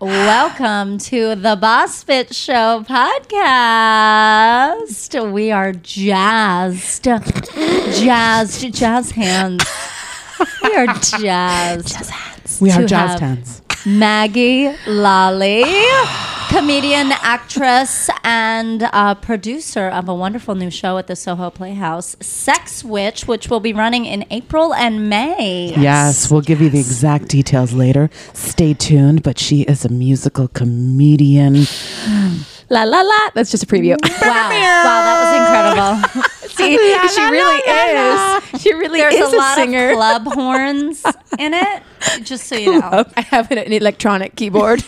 Welcome to the Boss Fit Show podcast. We are jazzed, jazzed, jazz hands. We are jazzed. Jazz hands. We to are jazz have hands. Maggie Lolly, comedian, actress, and uh, producer of a wonderful new show at the Soho Playhouse, Sex Witch, which will be running in April and May. Yes, we'll give you the exact details later. Stay tuned, but she is a musical comedian. La la la. That's just a preview. Wow. wow, that was incredible. See, she really is. She really There's is a lot singer. of club horns in it, just so you know. I have an, an electronic keyboard,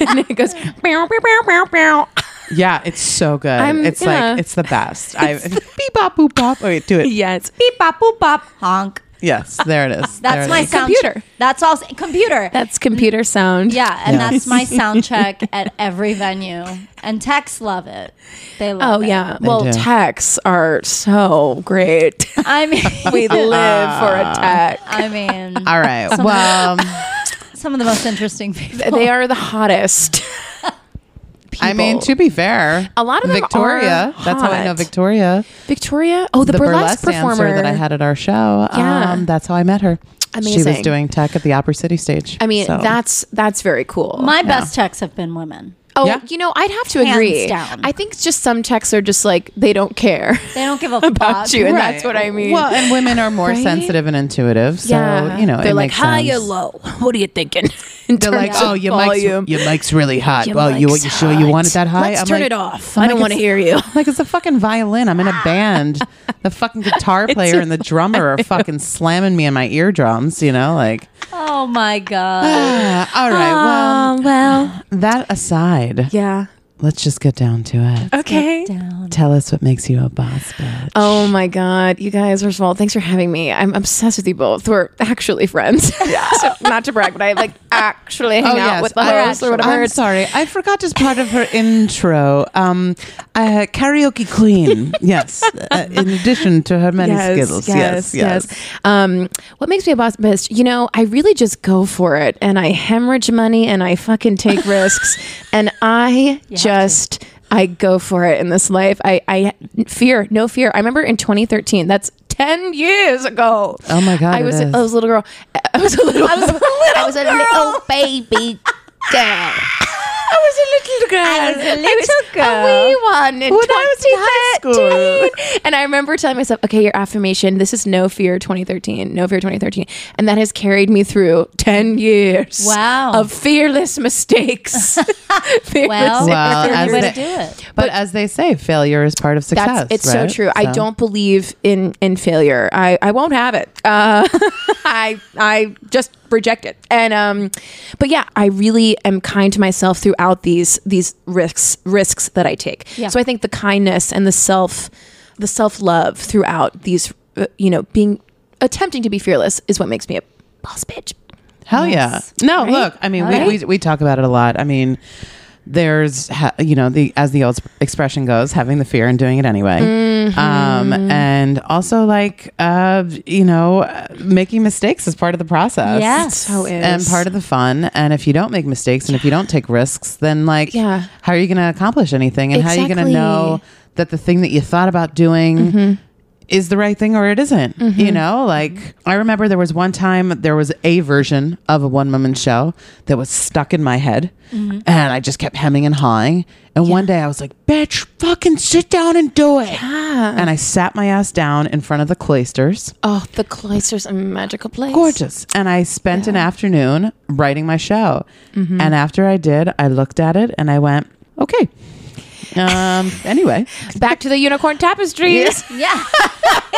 and it goes. Meow, meow, meow, meow, meow. Yeah, it's so good. I'm- it's yeah. like it's the best. I beep bop boop bop. Wait, do it. Yes. Beep bop boop bop. Honk. Yes, there it is. There That's it my is. sound Computer. That's all. Computer. That's computer sound. yeah, and Yeah. that's my sound check at every venue. And techs love it. They Oh love it. yeah. They well, do. techs are so great. I mean, we live for a tech. I mean, All right. Well, um, some of the most interesting people. They are the hottest. I mean, people. to be fair, A lot of them Victoria. are That's how I know hot. Victoria, Victoria. Oh, the, burlesque, performer dancer that I had at our show. Yeah. Um, that's how I met her. She was Amazing. doing tech at the Opera City stage. I mean, so- that's that's very cool. My best techs have been women. Oh, Yeah. you know, I'd have to Hands agree. down. I think just some techs are just like they don't care They don't give a about fuck. you, and Right. that's what I mean. Well, and women are more Right? sensitive and intuitive, so you know they're it like makes high sense. or low. What are you thinking? In They're like, terms oh, of your mic's, volume. your mic's really hot. well, you, mic's you sure you want it that high? Let's I'm turn like- it off. I don't want to it's- hear you. I'm like, it's a fucking violin. I'm in a band. the fucking guitar player and the drummer are fucking slamming me in my eardrums, you know? Like, Oh my god. ah, all right, well, Ah, well, that aside, yeah. let's just get down to it. Okay. Down. Tell us what makes you a boss bitch. Oh my God. You guys, first of all, thanks for having me. I'm obsessed with you both. We're actually friends. so, not to brag, but I like actually hang out with the I- host or whatever. I'm It's- sorry, I forgot as part of her intro. Um, uh, karaoke queen, yes. Uh, in addition to her many skills, yes, yes. Um, what makes me a boss bitch? You know, I really just go for it, and I hemorrhage money, and I fucking take risks, and I You have just. I go for it in this life. I, I fear, no fear. I remember in 2013, that's 10 years ago. Oh my God, I it was, is. I was a little girl. I was a little, I was a little, I was a little baby girl. I was a little girl. I was a little a girl. wee one in When I was in high 2013. And I remember telling myself, okay, your affirmation, this is no fear 2013, no fear 2013. And that has carried me through 10 years Wow. of fearless mistakes. fearless Well, Well, that's as the way they- to do it. But, as they say, failure is part of success. That's, it's right? so true. I So- don't believe in in failure. I, I won't have it. Uh, I I just reject it. And um, but yeah, I really am kind to myself throughout these these risks risks that I take. Yeah. So I think the kindness and the self the self love throughout these uh, you know being attempting to be fearless is what makes me a boss bitch. Hell Yes. yeah. No, Right? look, I mean, Right? we, we, we talk about it a lot. I mean, there's, ha- you know, the as the old expression goes, having the fear and doing it anyway. Mm-hmm. Um, and also, like, uh, you know, uh, making mistakes is part of the process. Yes. So is And part of the fun. And if you don't make mistakes and if you don't take risks, then, like, Yeah. how are you going to accomplish anything? And how are you going to Exactly. know that the thing that you thought about doing is the right thing or it isn't. You know, like I remember there was one time there was a version of a one woman show that was stuck in my head and I just kept hemming and hawing. And one day I was like, bitch, fucking sit down and do it. And I sat my ass down in front of the cloisters. oh the cloister's a magical place. Gorgeous. And I spent an afternoon writing my show. And after I did, I looked at it and I went, okay. Um, anyway. Back to the unicorn tapestries. Yeah,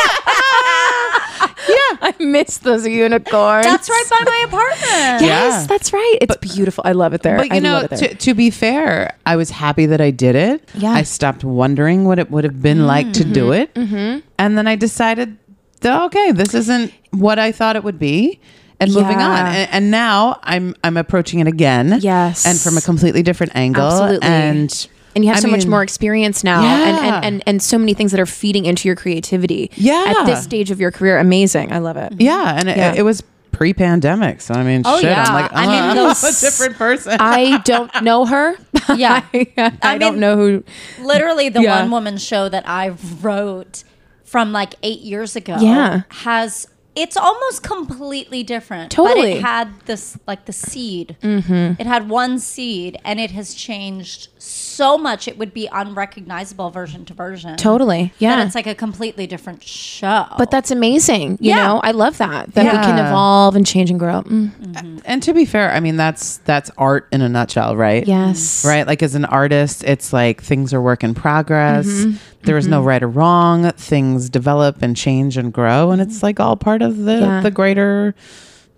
I miss those unicorns. that's right by my apartment. Yes, Yeah. that's right. It's beautiful. I love it there. But you I know, love it there. to, to be fair, I was happy that I did it. Yeah. Mm. Mm-hmm. I stopped wondering what it would have been like to do it. And then I decided, that, okay, this isn't what I thought it would be. And moving on, Yeah. and, and now I'm I'm approaching it again, Yes. and from a completely different angle, Absolutely. and and you have I so much mean, more experience now, and, and, Yeah. and and so many things that are feeding into your creativity. Yeah. at this stage of your career, amazing. I love it. yeah, and it- Yeah. It, was pre-pandemic. So I mean, Oh, shit, yeah. I'm like, I I mean, mean, I'm those- a different person. I don't know her. Yeah. I, I I don't mean- know who. Literally, the Yeah. one woman show that I wrote from like eight years ago Yeah. has it's almost completely different. But Totally. Mm-hmm. it had this like the seed. It had one seed and it has changed so much it would be unrecognizable version to version. Totally. That Yeah. it's like a completely different show. but that's amazing. You Yeah. know, I love that that we can Yeah. evolve and change and grow. Mm, and to be fair, I mean, that's that's art in a nutshell, right? yes. Right? Like as an artist, it's like things are work in progress. Mm-hmm. There is no right or wrong. Things develop and change and grow, and it's like all part of the Yeah. the greater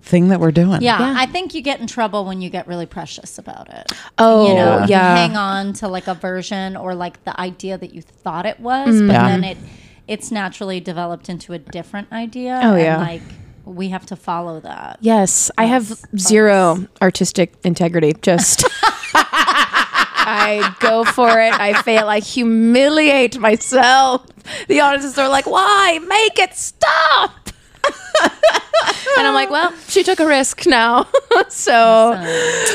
thing that we're doing. yeah, Yeah. I think you get in trouble when you get really precious about it. Oh, you know, you yeah. hang on to like a version or like the idea that you thought it was, but Mm. Yeah. then it it's naturally developed into a different idea. Oh, and, yeah. like we have to follow that. Yes, I have zero artistic integrity. Just I go for it. I fail. I humiliate myself. The artists are like, "Why make it stop?" and I'm like, "Well, she took a risk now." so,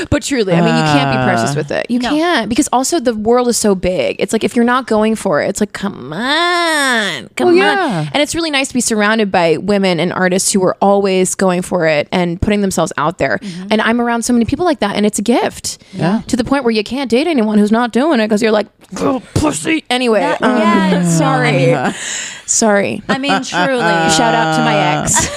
but truly, I mean, you can't be Uh, precious with it. You No. can't because also the world is so big. It's like if you're not going for it, it's like, "Come on, come Well, on." yeah. And it's really nice to be surrounded by women and artists who are always going for it and putting themselves out there. Mm-hmm. And I'm around so many people like that, and it's a gift. Yeah. To the point where you can't date anyone who's not doing it because you're like, oh, pussy. Anyway, That- um, yeah, it's- sorry, sorry. I mean, truly. Shout out to my ex. It's-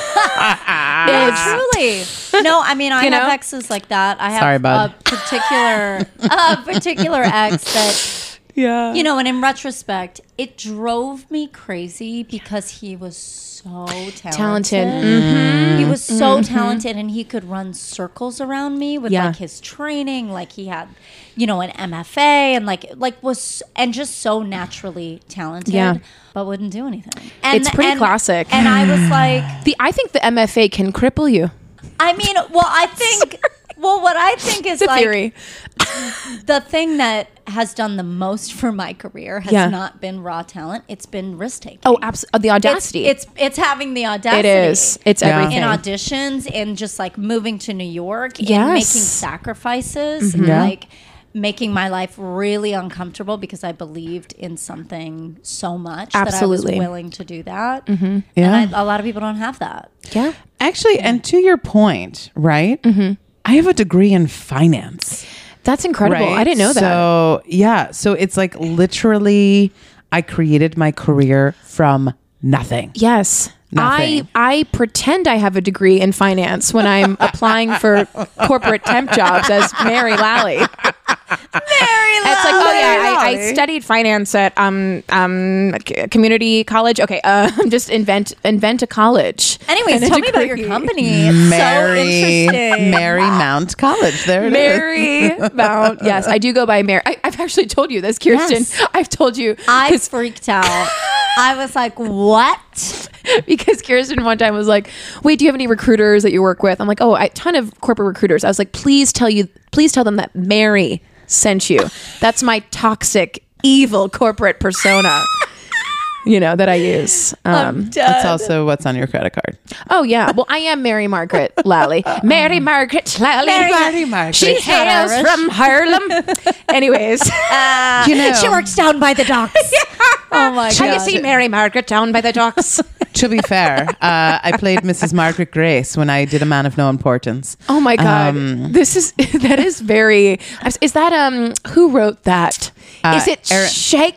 Truly, no. I mean, I You have know? exes like that. I have Sorry, bud. a particular, a particular ex that yeah. you know. And in retrospect, it drove me crazy because he was so talented. Talented. Mm-hmm. He was so talented and he could run circles around me with Yeah. like his training, like he had, you know, an MFA and like like was and just so naturally talented, Yeah. but wouldn't do anything. And It's pretty and- classic. And I was like, The I think the MFA can cripple you. I mean, well, I think well, what I think is It's a like theory. the thing that has done the most for my career has Yeah. not been raw talent; it's been risk taking. Oh, abs- uh, the it's, audacity. it's it's having the it audacity. is. It's Yeah. everything. in auditions and just like moving to New York and Yes. making sacrifices and Mm-hmm. Yeah. like making my life really uncomfortable because I believed in something so much that I Absolutely. Mm-hmm. was willing to do that. Yeah. And I, a lot of people don't have that. yeah. Actually, and to your point, right? Mm-hmm. I have a degree in finance. That's incredible. I didn't know that. So yeah, so it's like literally, I created my career from nothing. Yes. Nothing. I I pretend I have a degree in finance when I'm applying for corporate temp jobs as Mary Lally. It's like, oh yeah, I, I studied finance at um um c- community college. Okay, uh, just invent invent a college. Anyways, And a tell me about degree. your company. It's Mary, so interesting. Mary Mount College. There it is. Mary Mount. Yes, I do go by Mary. I, I've actually told you this, Kirsten. Yes. I've told you I 'cause- freaked out. I was like, what? because Kirsten one time was like, "Wait, do you have any recruiters that you work with?" I'm like, "Oh, a ton of corporate recruiters." I was like, "Please tell you, please tell them that Mary sent you. That's my toxic, evil corporate persona." You know that I use. Um, That's also what's on your credit card. oh yeah, well I am Mary Margaret Lally. Mary Margaret Lally. Um, Mary- Mary Margaret. She It's not hails Irish. from Harlem. Anyways, You know, Uh, She works down by the docks. Oh my have you god. seen Mary Margaret down by the docks? to be fair, uh, I played Mrs. Margaret Grace when I did A Man of No Importance. Oh my god, Um, this is that is very. Is that um who wrote that? Is Uh, it Aaron-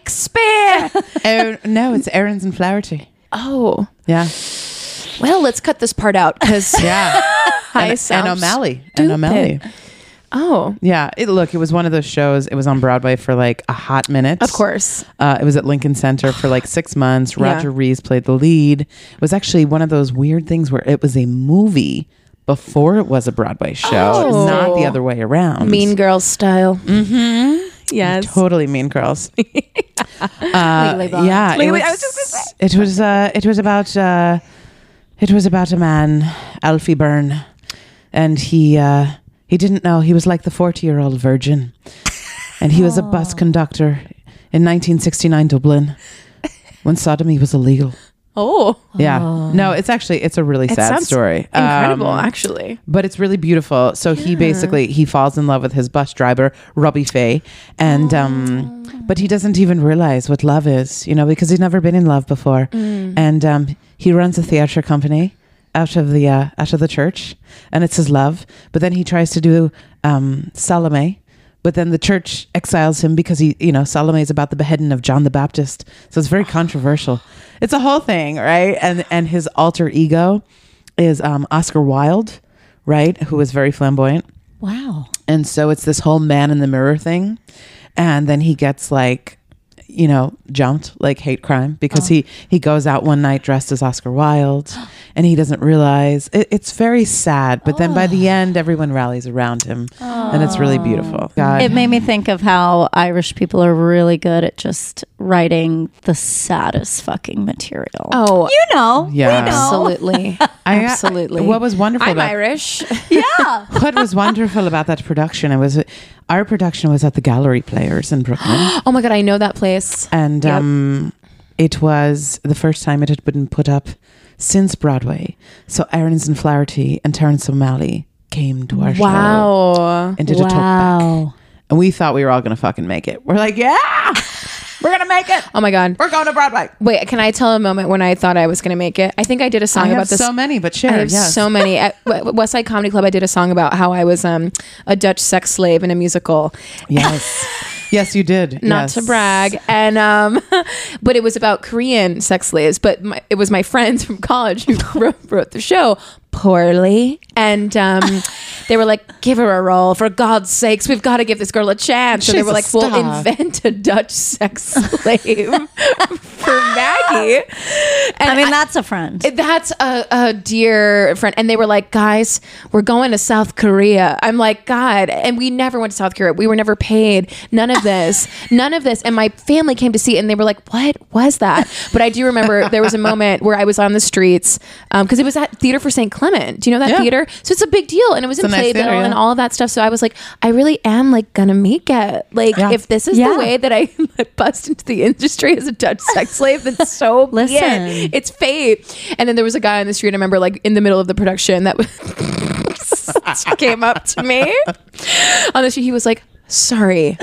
Shakespeare? Er- no, it's Aaron's and Flaherty. oh Yeah, well, let's cut this part out because yeah. I and, sound and O'Malley. stupid. And O'Malley. Oh, Yeah. It, look, it was one of those shows. It was on Broadway for like a hot minute. of course. Uh, it was at Lincoln Center for like six months. Yeah. Roger Rees played the lead. It was actually one of those weird things where it was a movie before it was a Broadway show, Oh. not the other way around. Mean girl style. Mm-hmm. Yes. totally mean girls. Uh, Legally Blonde. yeah, Legally- it I was. was just gonna say. it was. Uh, it was about. Uh, it was about a man, Alfie Byrne, and he uh, he didn't know he was like the forty-year-old virgin, and he was a bus conductor in 1969 Dublin when sodomy was illegal. Oh, Yeah. No, it's actually it's a really sad sounds story. Um, Incredible, actually. but it's really beautiful. So he basically he falls in love with his bus driver, Robbie Fay, and um, but he doesn't even realize what love is, you know, because he's never been in love before. And um, he runs a theater company out of the uh, out of the church, and it's his love. But then he tries to do um, Salome. But then the church exiles him because he, you know, Salome is about the beheading of John the Baptist. So it's very controversial. It's a whole thing, right? And and his alter ego is um, Oscar Wilde, right? Who was very flamboyant. Wow. And so it's this whole man in the mirror thing. And then he gets like, you know, jumped like hate crime because he he goes out one night dressed as Oscar Wilde and he doesn't realize it, it's very sad. But then by the end, everyone rallies around him and it's really beautiful. God, It made me think of how Irish people are really good at just writing the saddest fucking material. Oh, you know. Yeah. We know. absolutely, I- I- absolutely. what was wonderful I'm about Irish. Yeah. what was wonderful about that production? It was our production was at the Gallery Players in Brooklyn. oh my god, I know that place. and Yep. um, it was the first time it had been put up since Broadway. So Aaron's and Flaherty and Terrence O'Malley came to our show Wow. and did a talk back. And we thought we were all going to fucking make it. We're like, yeah, we're going to make it. Oh my god. We're going to Broadway. Wait, can I tell a moment when I thought I was going to make it? I think I did a song I about have this. so many, but share. I have yes. so many. At W- West Side Comedy Club, I did a song about how I was um, a Dutch sex slave in a musical. yes. yes, you did. Not Yes. to brag, and um, but it was about Korean sex slaves. But my, it was my friends from college who wrote, wrote the show poorly, and um, they were like, "Give her a role, for God's sakes! We've got to give this girl a chance." So they She's were a like, star." "We'll invent a Dutch sex slave for Maggie." And I mean, that's a friend. That's a, a dear friend. And they were like, guys, we're going to South Korea. I'm like, God. And we never went to South Korea. We were never paid. None of this. None of this. And my family came to see it and they were like, what was that? But I do remember there was a moment where I was on the streets because it was at Theater for St. Clement. Do you know that Yeah. theater? So it's a big deal. And it was in a nice Playbill theater, yeah. and all that stuff. So I was like, I really am like going to make it. Like, Yeah. if this is Yeah. the way that I bust into the industry as a Dutch sex slave, then so be Listen. it it's fate. And then there was a guy on the street. I remember, like in the middle of the production, that was came up to me on the street. He was like, "Sorry."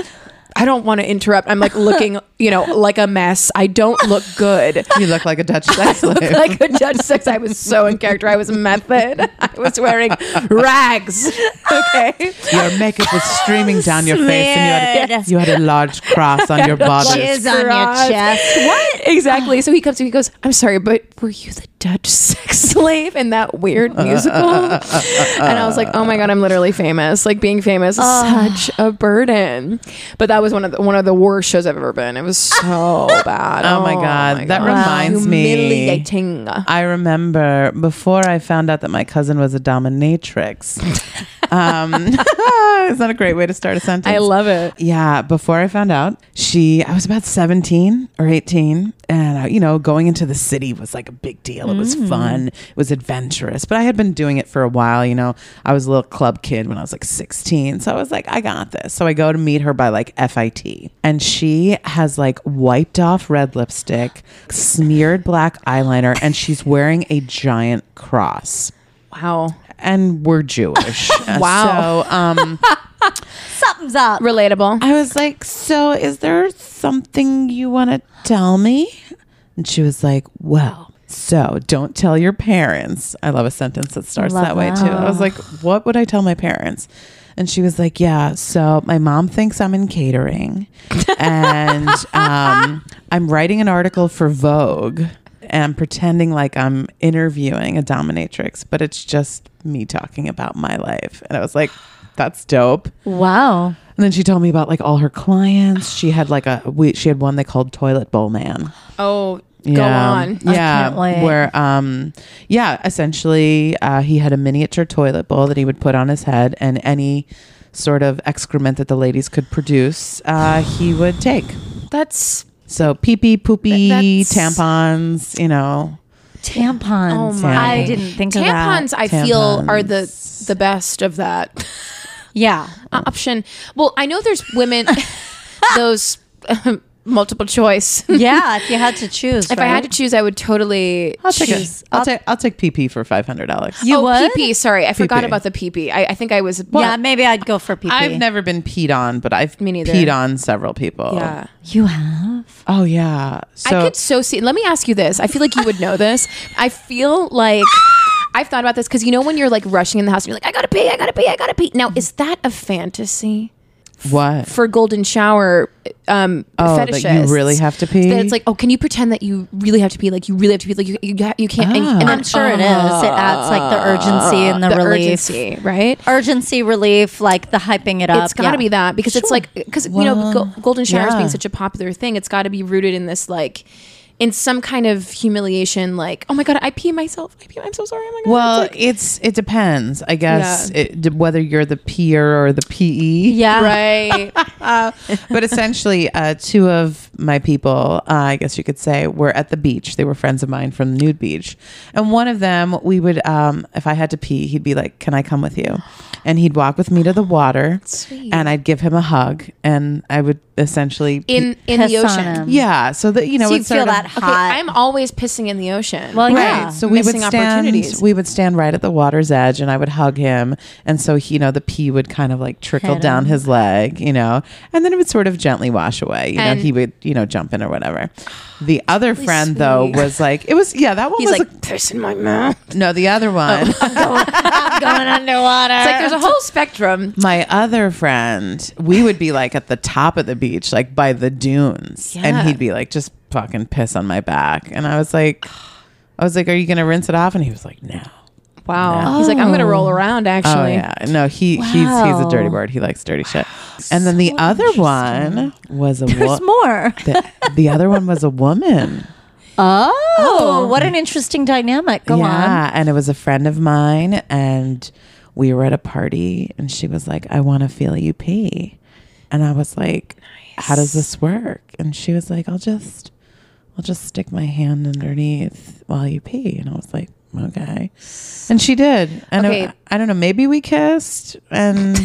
I don't want to interrupt. I'm like looking, you know, like a mess. I don't look good. You look like a Dutch sex slave. Look like a judge sex. I was so in character. I was method. I was wearing rags. Okay. your makeup was streaming down your face, and you had, Smeared. you had a large cross on your body. Jizz on your Christ. chest. What? Exactly. So he comes to me, he goes, I'm sorry, but were you the Dutch sex slave in that weird musical? and I was like, oh my God, I'm literally famous. Like being famous is such a burden. But that was one of the, one of the worst shows I've ever been. It was so bad. Oh my God. That reminds me. Humiliating. I remember before I found out that my cousin was a dominatrix. um, is that a great way to start a sentence? I love it. yeah, before I found out, she, I was about 17 or 18. And, uh, you know, going into the city was like a big deal. It was fun, it was adventurous. But I had been doing it for a while. You know, I was a little club kid when I was like 16. So I was like, I got this. So I go to meet her by like FIT. And she has like wiped off red lipstick, smeared black eyeliner, and she's wearing a giant cross. Wow. And we're Jewish. Wow. So, um, Something's up. Relatable. I was like, So is there something you want to tell me? And she was like, Well, so don't tell your parents. I love a sentence that starts Love that way too. I was like, What would I tell my parents? And she was like, Yeah, so my mom thinks I'm in catering and um, I'm writing an article for Vogue and I'm pretending like I'm interviewing a dominatrix, but it's just me talking about my life. And I was like, That's dope. Wow. And then she told me about like all her clients. She had like a we, she had one they called Toilet Bowl Man. Oh, go Yeah. on. Yeah, can't wait. where um yeah, essentially uh, he had a miniature toilet bowl that he would put on his head and any sort of excrement that the ladies could produce, uh, he would take. That's So pee pee poopy Th- that's- tampons, you know. Tampons. my. I didn't think of that. Oh tampons. I feel are the the best of that. Yeah. option. Well, I know there's women those um, multiple choice. yeah, if you had to choose. If I had to choose, I would totally. I'll take it. Jeez. I'll I'll- take I'll take PP for five hundred dollars. You oh, would? PP. Sorry, I forgot PP. about the PP. I, I think I was. yeah, maybe I'd go for PP. I've never been peed on, but I've Me neither. peed on several people. Yeah. You have? Oh yeah. So I could so see. Let me ask you this. I feel like you would know this. I feel like I've thought about this because you know when you're like rushing in the house and you're like, I gotta pee, I gotta pee, I gotta pee. Now, is that a fantasy what? for golden shower um, Oh, that you fetishists? really have to pee? That it's like, oh, can you pretend that you really have to pee? Like you really have to pee? Like you you, ha- you can't. And, and then I'm sure it is. It Ah. adds like the urgency and the, the relief. urgency, right? Urgency, relief, like the hyping it up. It's got to yeah. be that because it's Sure. like because you know Well, go- golden showers yeah. being such a popular thing, it's got to be rooted in this like in some kind of humiliation. Like, oh my god, I pee myself. I pee. I'm so sorry. Oh my god. well, It's like- it's it depends, I guess, Yeah. it, d- whether you're the peer or the PE. Yeah. right. but essentially, uh, two of my people, uh, I guess you could say, were at the beach. They were friends of mine from the nude beach, and one of them, we would, um, if I had to pee, he'd be like, "Can I come with you?" And he'd walk with me to the water, Sweet. and I'd give him a hug, and I would essentially, in in the Piss on ocean. him. yeah, so that you know, So you it's sort feel of- that Okay, hot. I'm always pissing in the ocean. Well, Right. Yeah. So we would Missing stand. opportunities. We would stand right at the water's edge, and I would hug him, and so he, you know the pee would kind of like trickle Hit down him. his leg, you know, and then it would sort of gently wash away. You And- know, he would you know jump in or whatever. The other friend though sweet. was like, it was yeah, that one He's was like oh, piss in my mouth. a- no, the other one. going underwater. It's like there's a whole spectrum. My other friend, we would be like at the top of the beach, like by the dunes, Yeah. and he'd be like, just fucking piss on my back, and I was like, I was like, are you gonna rinse it off? And he was like, no. Wow. He's like, I'm gonna roll around. Oh Actually. yeah, no, he he's he's a dirty Wow. bird. He likes dirty shit. And then the other one was a There's woman. more. the, the other one was a woman. Oh, what an interesting dynamic. Go on. yeah, and it was a friend of mine, and we were at a party, and she was like, "I want to feel you pee," and I was like, "How does this work?" And she was like, "I'll just, I'll just stick my hand underneath while you pee," and I was like. Okay, and she did, and Okay. I, I don't know. Maybe we kissed, and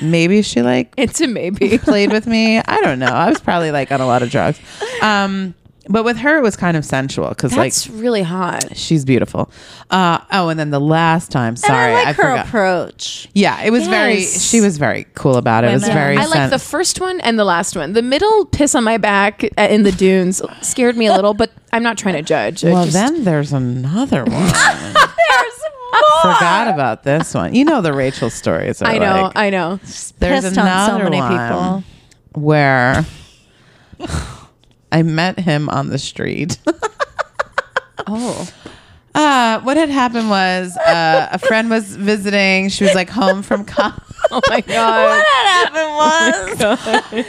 maybe she like It's a maybe. played with me. I don't know. I was probably like on a lot of drugs. Um, but with her, it was kind of sensual because like That's really hot. she's beautiful. Uh, oh, and then the last time, And sorry, I I like her forgot. approach. yeah, it was very. Yes. She was very cool about it. It was Women. very. Yeah. I like sen- the first one and the last one. The middle piss on my back uh, in the dunes scared me a little, but I'm not trying to judge. I well, just- then there's another one. There's more. forgot about this one. You know the Rachel stories. Are I know, like- I know. there's Pissed on so another many one people. where I met him on the street. Oh, Uh, what had happened was uh, a friend was visiting. She was like home from college. oh my god. What had happened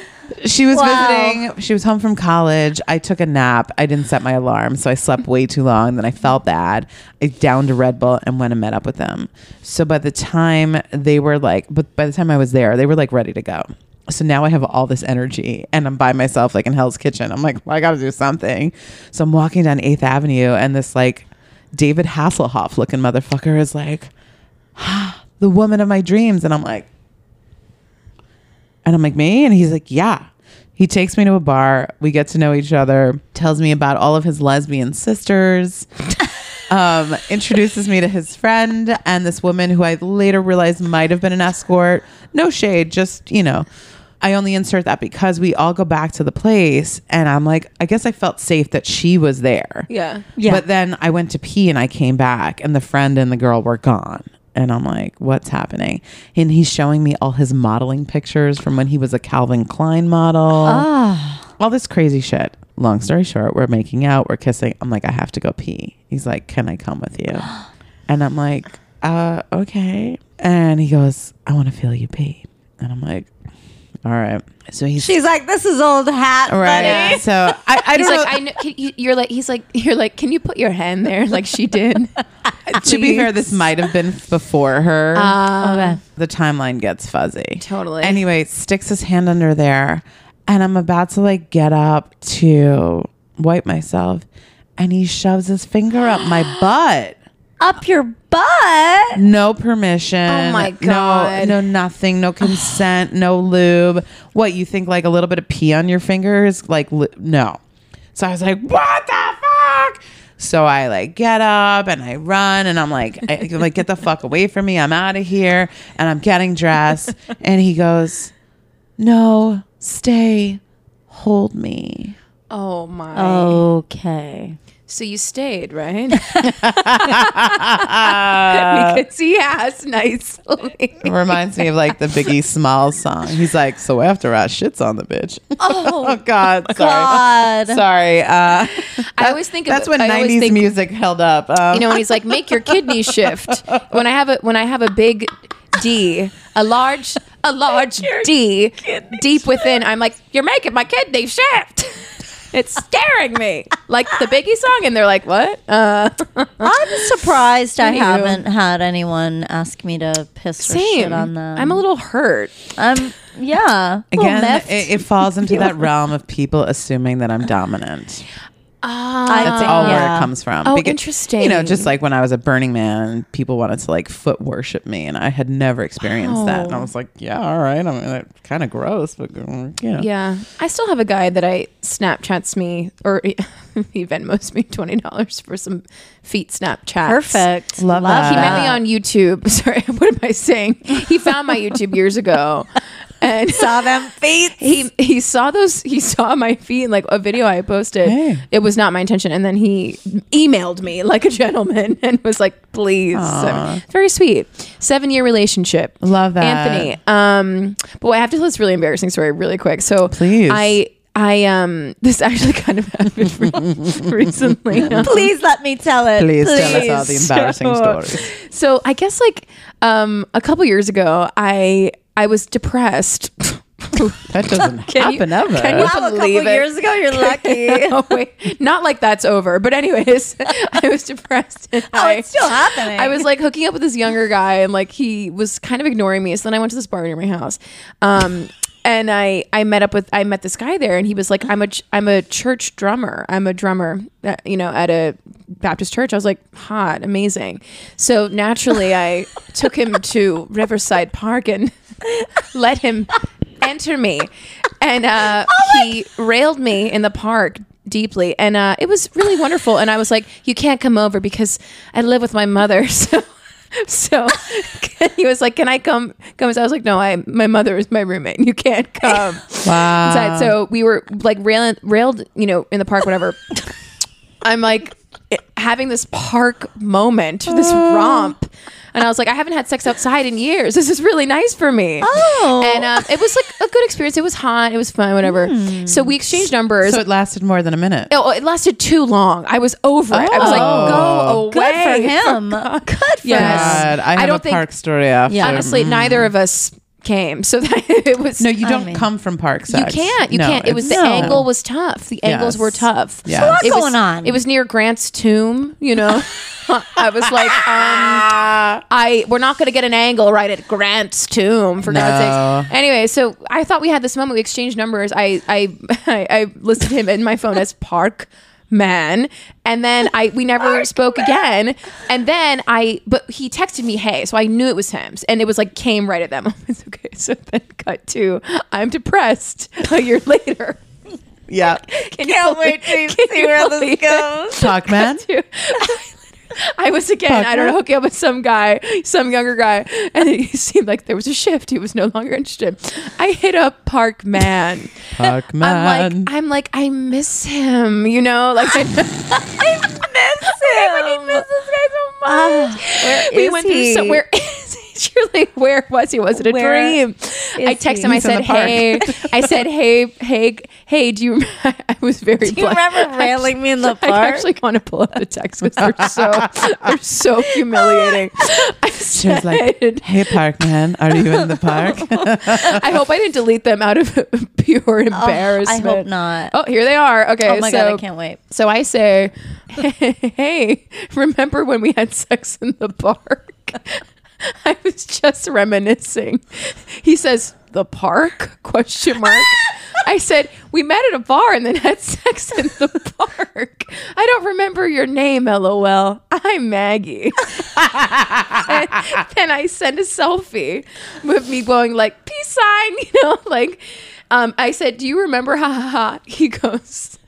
was She was Wow. visiting. She was home from college. I took a nap. I didn't set my alarm, so I slept way too long. Then I felt bad. I downed a Red Bull and went and met up with them. So by the time they were like, but by the time I was there, they were like ready to go. So now I have all this energy and I'm by myself, like in Hell's Kitchen. I'm like, well, I got to do something. So I'm walking down 8th Avenue and this like David Hasselhoff looking motherfucker is like, "Ah, the woman of my dreams. And I'm like, and I'm like, me? And he's like, yeah. He takes me to a bar. We get to know each other, tells me about all of his lesbian sisters, um, introduces me to his friend and this woman who I later realized might have been an escort. No shade, just, you know. I only insert that because we all go back to the place and I'm like, I guess I felt safe that she was there. Yeah. Yeah. But then I went to pee and I came back and the friend and the girl were gone. And I'm like, what's happening? And he's showing me all his modeling pictures from when he was a Calvin Klein model. All this crazy shit. Long story short, we're making out, we're kissing. I'm like, I have to go pee. He's like, can I come with you? And I'm like, uh, okay. And he goes, I want to feel you pee. And I'm like, all right. So he's she's like, this is old hat, right. buddy. So I, I He's don't like, know. I know, can you- you're like, he's like, you're like, can you put your hand there like she did? to be fair, this might have been before her. okay. the timeline gets fuzzy. Totally. Anyway, sticks his hand under there, and I'm about to like get up to wipe myself, and he shoves his finger up my butt. up your butt. No permission. Oh my God. No, no nothing. No consent. no lube. What you think? Like a little bit of pee on your fingers? Like li- no. So I was like, what the fuck? So I like get up and I run and I'm like, I, I'm like get the fuck away from me. I'm out of here. And I'm getting dressed. and he goes, no, stay, hold me. Oh my. Okay. So you stayed, right? because he asked nicely. It reminds me of like the Biggie Small song. He's like, so after I shits on the bitch. Oh, Oh God, sorry. God. Sorry. Uh, I always think of that's when I always '90s think- music held up. Um, You know, when he's like, "Make your kidney shift." When I have a when I have a big D, a large a large D deep within, I'm like, "You're making my kidney shift." It's scaring me, like the Biggie song, and they're like, "What?" Uh, I'm surprised I Anywho. haven't had anyone ask me to piss or shit same. on them. I'm a little hurt. I'm yeah. a little again, miffed. it, it falls into that realm of people assuming that I'm dominant. Ah, That's Oh, all where yeah. it comes from. Oh, Becau- interesting. You know, just like when I was at Burning Man, people wanted to like foot worship me, and I had never experienced that. And I Wow. was like, yeah, all right. I mean, that's kind of gross, but mm, you know. Yeah, I still have a guy that I Snapchats me or he Venmos me twenty dollars for some feet Snapchats. Perfect. Love that. He met me that. on YouTube. Sorry, what am I saying? He found my YouTube years ago and saw them feet. he he saw those he saw my feet in like a video I posted. Hey. It was not my intention, and then he emailed me like a gentleman and was like, "Please, Aw. very sweet." Seven year relationship. Love that. Anthony. Um, but I have to tell this really embarrassing story really quick. So Please. I I um this actually kind of happened re- recently. Um, Please let me tell it. Please, tell us all the Please. embarrassing So- stories. So I guess like um a couple years ago, I I was depressed. That doesn't Can you- happen ever. can you- Wow, a couple Believe it. years ago, you're lucky. oh wait, not like that's over. But anyways, I was depressed. and oh, I- it's still happening. I was like hooking up with this younger guy, and like he was kind of ignoring me. So then I went to this bar near my house, um, and I I met up with I met this guy there, and he was like, I'm a ch- I'm a church drummer. I'm a drummer, uh, you know, at a Baptist church. I was like, hot, amazing. So naturally, I took him to Riverside Park and let him enter me, and uh, he railed me in the park deeply and uh, it was really wonderful and i was like you can't come over because i live with my mother so so he was like can i come come so i was like no i my mother is my roommate you can't come Wow. inside. Um, So we were like rail- railed, you know, in the park, whatever. I'm like it- having this park moment, this Oh. romp. And I was like, I haven't had sex outside in years. This is really nice for me. Oh. And um, it was like a good experience. It was hot. It was fun, whatever. Hmm. So we exchanged numbers. So it lasted more than a minute. Oh, it lasted too long. I was over it. I was Oh. like, go good away. for him. Good for Yes. him. God, I I have don't a think- park story after. Yeah. Honestly, neither of us came. So that it was no, you I don't mean- come from park You sex. can't. You No, can't. It was the it's- no. angle was tough. The angles Yes. were tough. Yes. So what's It was- going on? It was near Grant's tomb. You know, I was like, Uh, um, I we're not going to get an angle right at Grant's tomb for No. God's sakes. Anyway, so I thought we had this moment. We exchanged numbers. I I I, I listed him in my phone as Park man and then i we never spoke again and then i but he texted me hey so i knew it was him and it was like came right at that moment okay so then cut to i'm depressed a year later Yeah. can not wait to see where this goes. Talk man. I was again, I don't know, Fuck. hooking up with some guy, some younger guy, and it seemed like there was a shift. He was no longer interested. I hit up Park Man. Park I'm man. like, I'm like, I miss him, you know? Like, I, I really miss this guy so much. Ah, where we is went he? through so where is he truly where was he was it a Where dream i is texted he? him i He's in said the park. hey i said hey hey hey do you rem- i was very Do you remember railing me in the I park? actually want to pull up the text because they're so they're so humiliating. I she was like, said- "Hey, park man, are you in the park?" Oh, I hope I didn't delete them out of pure Oh, I embarrassment. hope not. Oh, here they are. Okay, Oh my so, god, I can't wait. So I say, hey, remember when we had sex in the park? I was just reminiscing. He says, the park? Question mark. I said, we met at a bar and then had sex in the park. I don't remember your name, lol. I'm Maggie. and then I sent a selfie with me going like, peace sign, you know, like, um, I said, do you remember ha ha ha? He goes,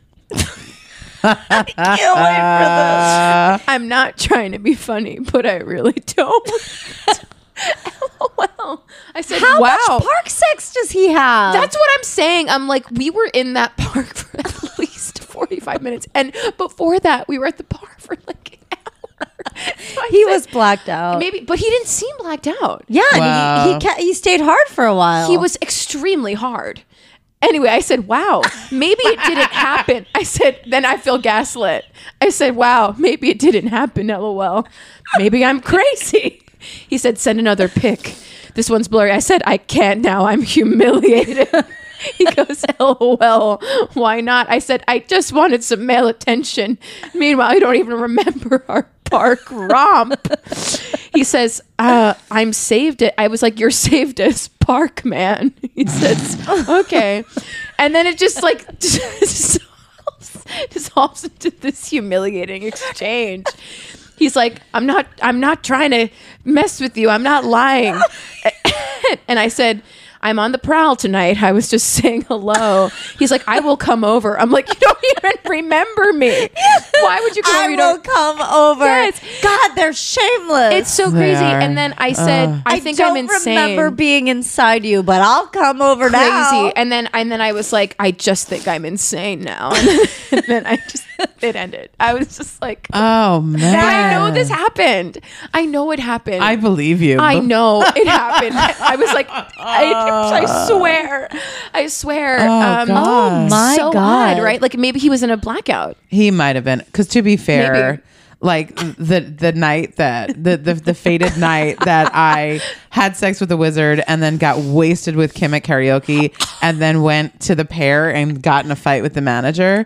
oh, Uh, I'm not trying to be funny, but I really don't. LOL. I said, How wow. much park sex does he have? That's what I'm saying. I'm like, we were in that park for at least 45 minutes. And before that, we were at the bar for like an hour. So I he said, was blacked out. Maybe, but he didn't seem blacked out. yeah, and he, Wow. he, ca- he stayed hard for a while. He was extremely hard. Anyway, I said, wow, maybe it didn't happen. I said, then I feel gaslit. I said, wow, maybe it didn't happen, lol. Maybe I'm crazy. He said, send another pic. This one's blurry. I said, I can't now. I'm humiliated. He goes, lol, why not? I said, I just wanted some male attention. Meanwhile, I don't even remember our park romp. He says, uh, I'm saved it. I was like, You're saved as park man. He says, Okay. And then it just like dissolves, dissolves into this humiliating exchange. He's like, I'm not I'm not trying to mess with you. I'm not lying. and I said, I'm on the prowl tonight. I was just saying hello. He's like, I will come over. I'm like, you don't even remember me. Why would you come over? I You will don't- come over. Yes. God, they're shameless. It's so They crazy. are. And then I said, Ugh. I think don't I'm insane. remember being inside you, but I'll come over crazy. now. And then and then I was like, I just think I'm insane now. And then I just it ended. I was just like, oh man! I know this happened. I know it happened. I I, believe you. know it happened. I was like, I, I swear, I swear. Um, Oh, God. Oh, my so God. odd, right? Like maybe he was in a blackout. He might have been because to be fair, Maybe. like the the night that the, the the fated night that I had sex with the wizard and then got wasted with Kim at karaoke and then went to the pair and got in a fight with the manager.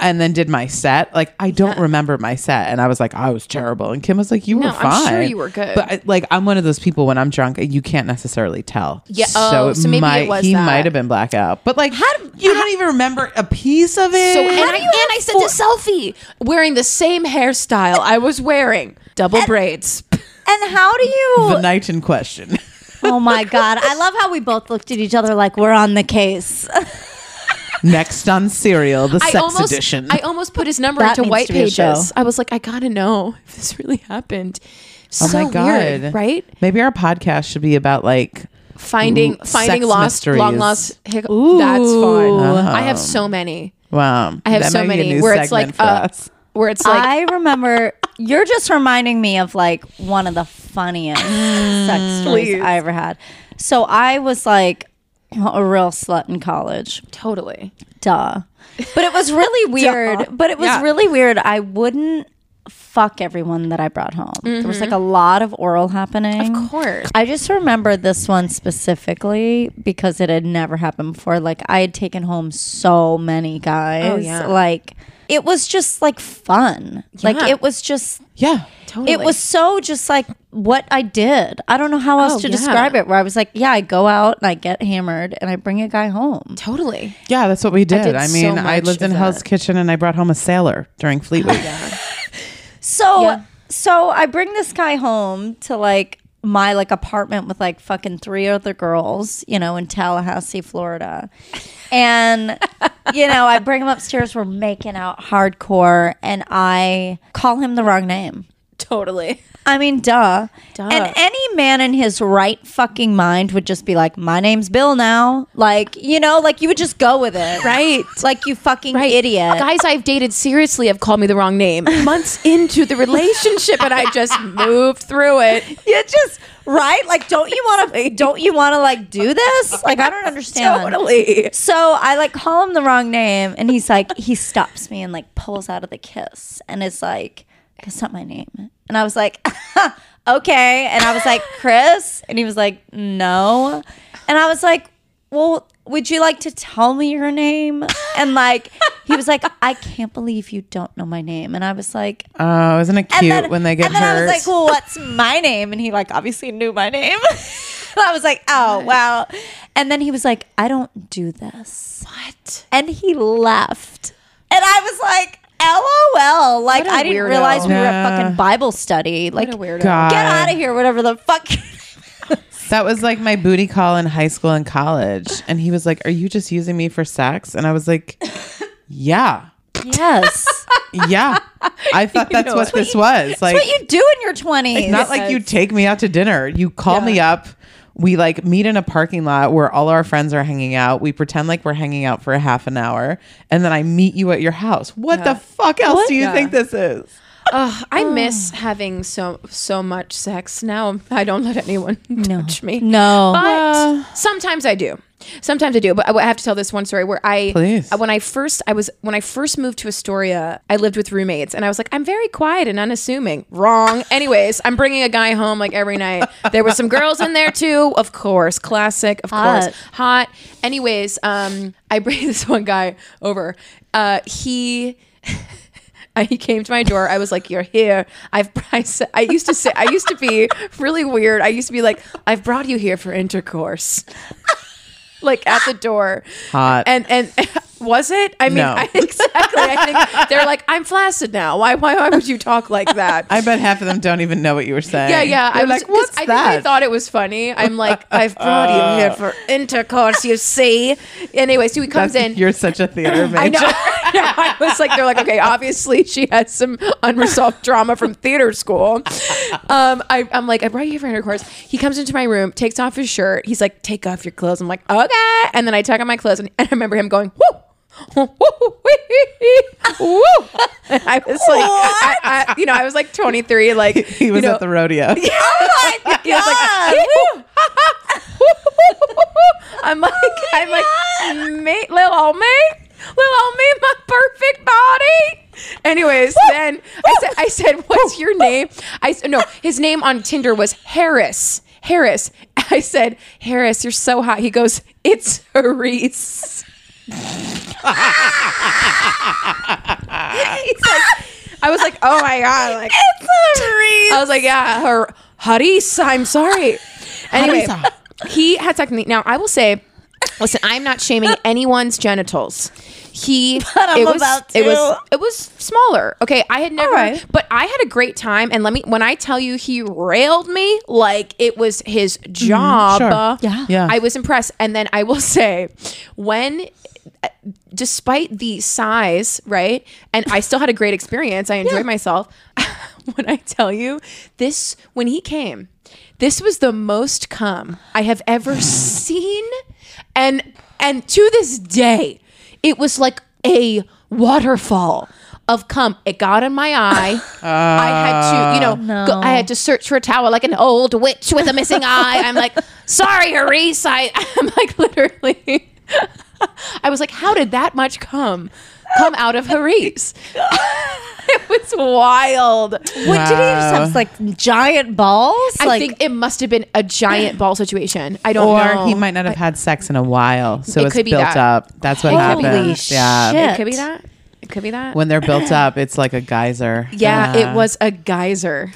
And then did my set. Like I don't remember my set, and I was like, I was terrible. And Kim was like, You were No, I'm fine. sure you were good. But I- like, I'm one of those people when I'm drunk, you can't necessarily tell. Yeah, oh, so maybe it might, was he that. might have been blackout. But like, how you don't even remember a piece of it. So and I, you and have I sent a selfie wearing the same hairstyle I was wearing, double braids. and how do the you? night in question. oh my God! I love how we both looked at each other like we're on the case. Next on Serial, the sex almost, edition. I almost put his number That into needs white to be a show. pages. I was like, I gotta know if this really happened. oh so my god! weird, right? Maybe our podcast should be about like Finding Ooh, finding sex lost, mysteries. Uh-huh. long lost. Hic- that's fun. I have so many. wow. I have that so might be a many new where it's segment like, for uh, us. where it's like, I remember. You're just reminding me of like one of the funniest sex stories I ever had. So I was like a real slut in college. totally. duh. But it was really weird. but it was Yeah. really weird. I wouldn't fuck everyone that I brought home. There was like a lot of oral happening. Mm-hmm. Of course. I just remember this one specifically because it had never happened before. Like I had taken home so many guys. Oh, yeah. Like it was just like fun. Like Yeah. it was just Yeah. Totally. it was so just like what I did. I don't know how else Oh, to yeah. describe it. Where I was like, yeah, I go out and I get hammered and I bring a guy home. totally. Yeah, that's what we did. I, did so mean, I much lived of in Hell's that. Kitchen and I brought home a sailor during Fleet Week. So Yeah. so I bring this guy home to like my like apartment with like fucking three other girls, you know, in Tallahassee, Florida. And you know, I bring him upstairs, we're making out hardcore and I call him the wrong name. Totally. I mean, duh. Duh. And any man in his right fucking mind would just be like, "My name's Bill now." Like, you know, like you would just go with it. Right. Like you fucking Right. idiot. Guys I've dated seriously have called me the wrong name months into the relationship and I just moved through it. you just right like don't you want to don't you want to like do this like i don't understand Totally. so i like call him the wrong name and he's like he stops me and like pulls out of the kiss and is like that's not my name and i was like okay and i was like chris and he was like no and i was like well would you like to tell me your name? And like, he was like, I can't believe you don't know my name. And I was like, Oh, isn't it and cute when they get and then hurt? I was like, well, what's my name? And he like obviously knew my name. And I was like, oh well. And then he was like, I don't do this. What? And he left. And I was like, LOL. Like What a I didn't weirdo. realize we were at Yeah. fucking Bible study. Like a weirdo. God. get out of here, whatever the fuck. That was like my booty call in high school and college. And he was like, Are you just using me for sex? And I was like, Yeah. yes. Yeah. I thought that's know what it. this was. Like what you do in your twenties. not like you take me out to dinner. You call me up. We like meet in a parking lot where all our friends are hanging out. We pretend like we're hanging out for a half an hour and then I meet you at your house. What the fuck else do you Yeah. think this is? Ugh, Oh. I miss having so so much sex. Now I don't let anyone touch me. No. but sometimes I do. Sometimes I do. But I I have to tell this one story where I Please. when I first I was when I first moved to Astoria, I lived with roommates, and I was like, I'm very quiet and unassuming. Wrong. Anyways, I'm bringing a guy home like every night. There were some girls in there too, of course. Classic, of Hot. course. Hot. Anyways, um, I bring this one guy over. Uh, he. I- he came to my door. I was like, "You're here." I've I, said- I used to say I used to be really weird. I used to be like, "I've brought you here for intercourse," like at the door. Hot. And and was it? I mean, No. I, exactly. I think they're like, "I'm flaccid now. Why why why would you talk like that?" I bet half of them don't even know what you were saying. yeah, yeah. They're I was like, 'cause what's I think I that? thought it was funny. I'm like, I've brought you here for intercourse. You see. Anyway, so he comes That's- in. You're such a theater major. I know. I was like, they're like, okay, obviously she has some unresolved drama from theater school. Um, I, I'm like, I brought you here for intercourse. He comes into my room, takes off his shirt. He's like, take off your clothes. I'm like, okay. And then I tuck on my clothes, and, and I remember him going, whoo. Woo! And I was like, I, I, you know, I was like 23, like He was you know, at the rodeo. Oh my he was like, God. "Hee-hoo, ha-ha." I'm like, I'm like, me, little old me, little old me, my perfect body. Anyways, then I said, I said, what's your name? I s- no, his name on Tinder was Harris. Harris. I said, Harris, you're so hot. He goes, it's Harris. He's like, I was like, oh my god, like it's a I reason. was like, yeah, her Haris. I'm sorry. Anyway, Harissa. he had sex with me. Now I will say, listen, I'm not shaming anyone's genitals. He, I'm it was, about it was, to. it was smaller. Okay, I had never, right. but I had a great time. And let me, when I tell you, he railed me like it was his job. sure. Mm-hmm, Yeah. Yeah. I was impressed. And then I will say, when despite the size, right? And I still had a great experience. I enjoyed myself. when I tell you this, when he came, this was the most cum I have ever seen, and and to this day, it was like a waterfall of cum. It got in my eye. I had to, you know, go, I had to search for a towel like an old witch with a missing eye. I'm like, sorry, Harice. I, I'm like, literally. I was like, how did that much come come out of Haris? it was wild. What did he just have like giant balls? I like, think it must have been a giant ball situation. I don't or know. he might not have had sex in a while, so It it's could be built that. up. That's what It could be happens. Yeah, that. Holy shit. It could be that. It could be that. when they're built up, it's like a geyser. yeah, it was a geyser.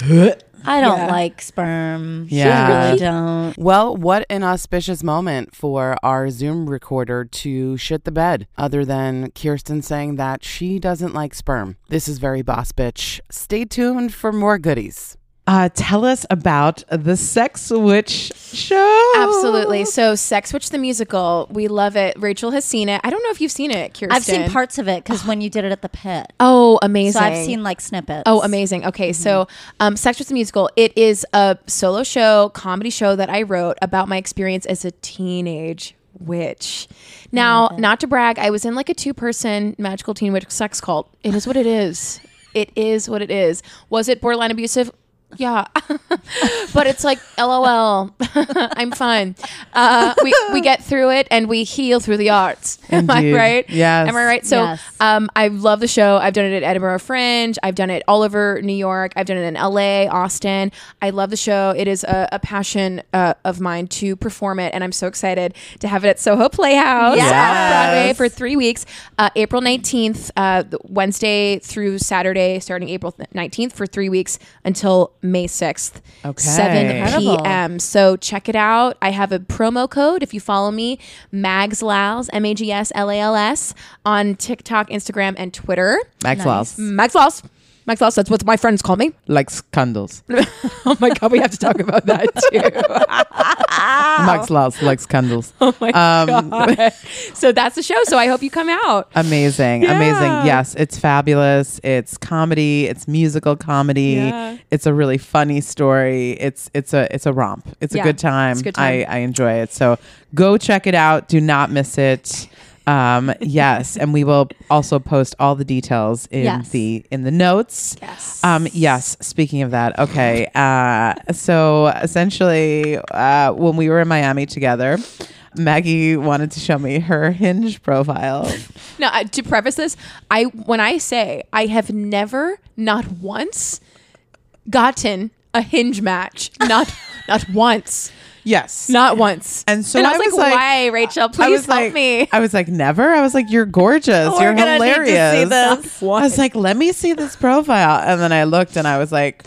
I don't Yeah. like sperm. Yeah. I really don't. Well, what an auspicious moment for our Zoom recorder to shit the bed, other than Kirsten saying that she doesn't like sperm. This is very boss bitch. Stay tuned for more goodies. Uh, tell us about the Sex Witch show. Absolutely. So, Sex Witch the musical, we love it. Rachel has seen it. I don't know if you've seen it, Kirsten. I've seen parts of it because when you did it at the pit, Oh, amazing. so I've seen like snippets. Oh, amazing. Okay, so um, Sex with the Musical, it is a solo show, comedy show that I wrote about my experience as a teenage witch. Now, not to brag, I was in like a two person magical teen witch sex cult. It is what it is. It is what it is. Was it borderline abusive? Yeah. but it's like, lol, I'm fine. Uh, we, we get through it and we heal through the arts. Am I Indeed. right? Yes. Am I right? So Yes. um, I love the show. I've done it at Edinburgh Fringe. I've done it all over New York. I've done it in LA, Austin. I love the show. It is a, a passion uh, of mine to perform it. And I'm so excited to have it at Soho Playhouse Yes. on Broadway Yes. for three weeks uh, April 19th, uh, th- Wednesday through Saturday, starting April th- 19th for three weeks until May 6th, Okay. 7 Incredible. p.m. So check it out. I have a promo code if you follow me, Magslaus, M A G S L A L S, on TikTok, Instagram, and Twitter. Max Laws. Magslaus. Magslaus, that's what my friends call me. Likes candles. Oh my God, we have to talk about that too. Max Laws likes candles. Oh my God. So that's the show. So I hope you come out. Amazing. Yeah. Amazing. Yes, it's fabulous. It's comedy, it's musical comedy. Yeah. It's a really funny story. It's it's a it's a romp. It's Yeah, a good time. it's a good time. I, I enjoy it. So go check it out. Do not miss it. Um, yes, and we will also post all the details in Yes. the in the notes. Yes. Um, yes. Speaking of that, okay. Uh, so essentially, uh, when we were in Miami together, Maggie wanted to show me her Hinge profile. No, I, to preface this, I when I say I have never, not once, gotten a hinge match. Not not once. Yes. Not once. And so I, was like, "Why, Rachel? Please I was help like, me." I was like, never. I was like, you're gorgeous. We're you're gonna need to see hilarious. this. I was like, let me see this profile. And then I looked and I was like,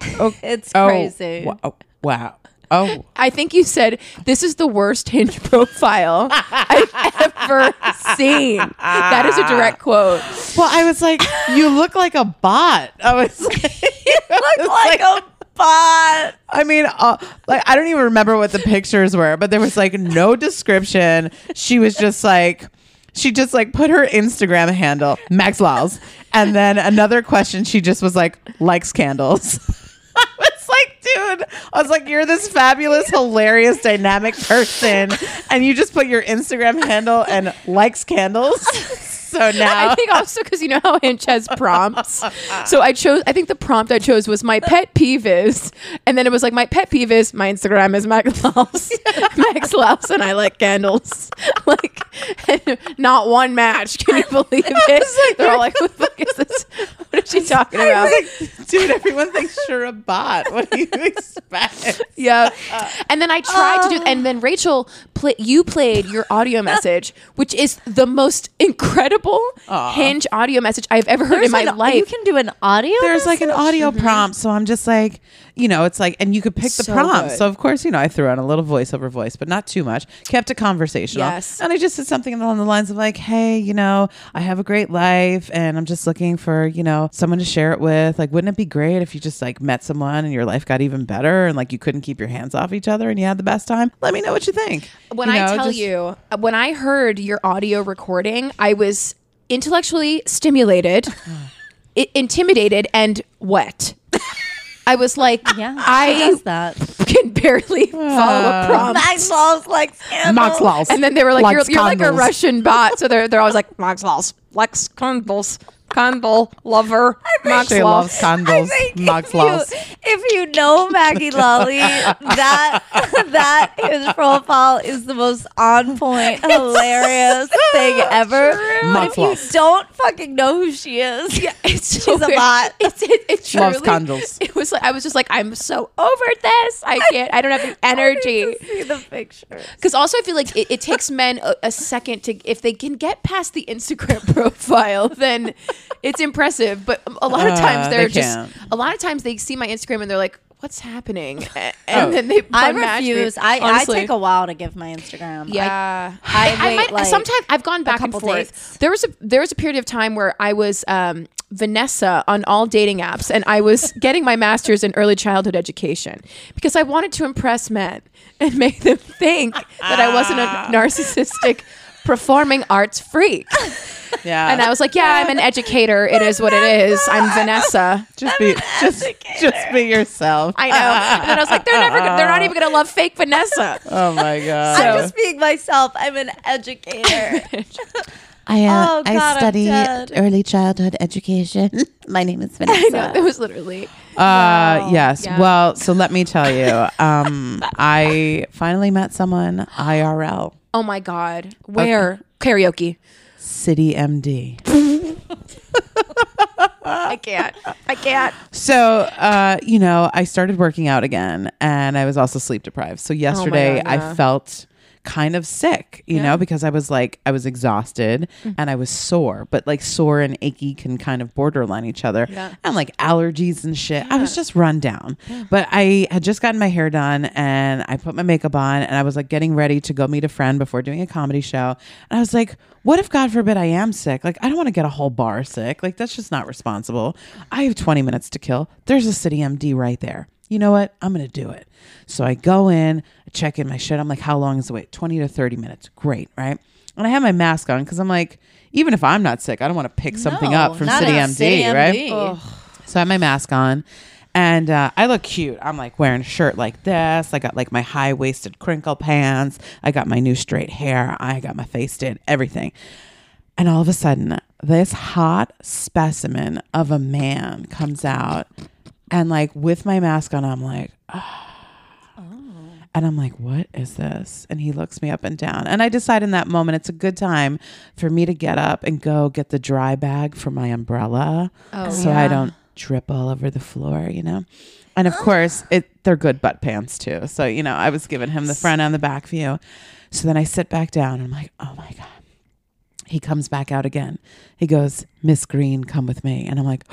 It's oh, crazy. wa- oh, wow. Oh, I think you said this is the worst hinge profile I've ever seen. That is a direct quote. well, I was like, you look like a bot. I was like, Look like a bot. I mean, uh, like I don't even remember what the pictures were, but there was like no description. She was just like, she just like put her Instagram handle Max Laws, and then another question. She just was like, likes candles. I was like, dude, I was like, you're this fabulous, hilarious, dynamic person, and you just put your Instagram handle and likes candles. So now I think also because you know how Hinge has prompts. So I chose, I think the prompt I chose was my pet peeve is, and then it was like my pet peeve is my Instagram is Max Laus, Max Laus, and I like candles. Like, and not one match. Can you believe it? They're all like, "Who the fuck is this? What is she talking about?" I was like, dude, everyone thinks you're a bot. What do you expect? Yeah. And then I tried to do Oh. and then Rachel play, you played your audio message, which is the most incredible hinge audio message I've ever heard in my an- life. You can do an audio. there's like an audio prompt so i'm just like you know it's like and you could pick the So prompt good. so of course you know i threw on a little voiceover voice but not too much kept it conversational Yes. and i just said something along the lines of like hey you know i have a great life and i'm just looking for you know someone to share it with like wouldn't it be great if you just like met someone and your life got even better and like you couldn't keep your hands off each other and you had the best time let me know what you think when You I know, tell just- you, when I heard your audio recording, I was intellectually stimulated, i- intimidated, and wet. I was like, Yeah, she I does Uh. that. can barely follow a prompt. Max Laws likes Max Laws. Oh, And then they were like, Likes you're, you're like a candles. Russian bot. So they're, they're always like, Max Laws, Lex Condles, Condle lover, Max she loves Laws. candles. I think Max if, you, loves. if you know Maggie Lolly, that that his profile is the most on point, hilarious thing ever. But if Max you Laws. don't fucking know who she is, Yeah, it's so she's a weird. bot. It's it, it truly, Loves candles. It was like I was just like I'm so over this. I can't. I don't have the I energy. need to see the picture. Because also, I feel like it, it takes men a, a second to, if they can get past the Instagram profile, then it's impressive. But a lot of times Uh, they're they just, can't. a lot of times they see my Instagram and they're like, what's happening? A- And Oh. then they, I unmatch me, refuse. I, I honestly. take a while to give my Instagram. I Yeah, I wait, like, sometimes I've gone back and couple forth. dates. There was a there was a period of time where I was um, Vanessa on all dating apps, and I was getting my master's in early childhood education because I wanted to impress men and make them think that I wasn't a Ah. narcissistic performing arts freak. yeah And I was like, "Yeah, I'm an educator. It is what it is. I'm Vanessa." just be just just be yourself I know. And then I was like, "They're never. Gonna, they're not even going to love fake Vanessa." oh my god I'm just being myself. I'm an educator. I, uh, Oh, God, I I'm study dead. early childhood education. My name is Vanessa. I know. It was literally. Uh, yes. Yeah. Well, so let me tell you, um, I finally met someone IRL, Oh my God. Where? Karaoke. City MD. I can't. I can't. So, uh, you know, I started working out again and I was also sleep deprived. So, yesterday Oh God, yeah. I felt kind of sick, you know, because I was like, I was exhausted and I was sore, but like sore and achy can kind of borderline each other and like allergies and shit. I was just run down. But I had just gotten my hair done and I put my makeup on and I was like getting ready to go meet a friend before doing a comedy show. And I was like, what if God forbid I am sick? Like I don't want to get a whole bar sick. Like that's just not responsible. I have 20 minutes to kill. There's a city MD right there. You know what? I'm gonna do it. So I go in, I check in my shit. I'm like, how long is the wait? 20 to 30 minutes. Great, right? And I have my mask on because I'm like, even if I'm not sick, I don't want to pick something No, up from not City on MD, City right? MD. So I have my mask on and uh, I look cute. I'm like wearing a shirt like this. I got like my high waisted crinkle pants. I got my new straight hair. I got my face did everything. And all of a sudden, this hot specimen of a man comes out. And like with my mask on, I'm like, "Ah." and I'm like, what is this? And he looks me up and down. And I decide in that moment it's a good time for me to get up and go get the dry bag for my umbrella. so I don't drip all over the floor, you know? And of course, it they're good butt pants too. So, you know, I was giving him the front and the back view. So then I sit back down and I'm like, oh my God. He comes back out again. He goes, Miss Green, come with me. And I'm like,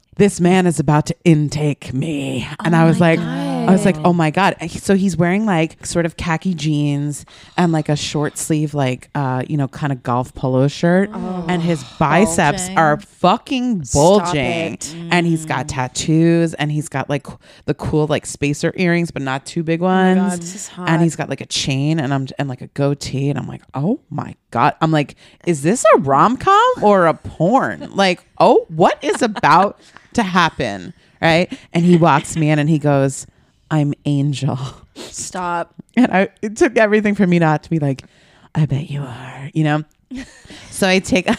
this man is about to intake me. And I was like, I was like, oh my God. So he's wearing like sort of khaki jeans and like a short sleeve, like, uh, you know, kind of golf polo shirt. and his biceps Bulging. are fucking bulging. And he's Mm. got tattoos and he's got like the cool, like spacer earrings, but not too big ones. Oh this is hot. And he's got like a chain and I'm and like a goatee. And I'm like, oh my God. I'm like, is this a rom com or a porn? Like, oh, what is about to happen? Right. And he walks me in and he goes, I'm Angel. Stop. And I it took everything for me not to be like, I bet you are, you know? So I take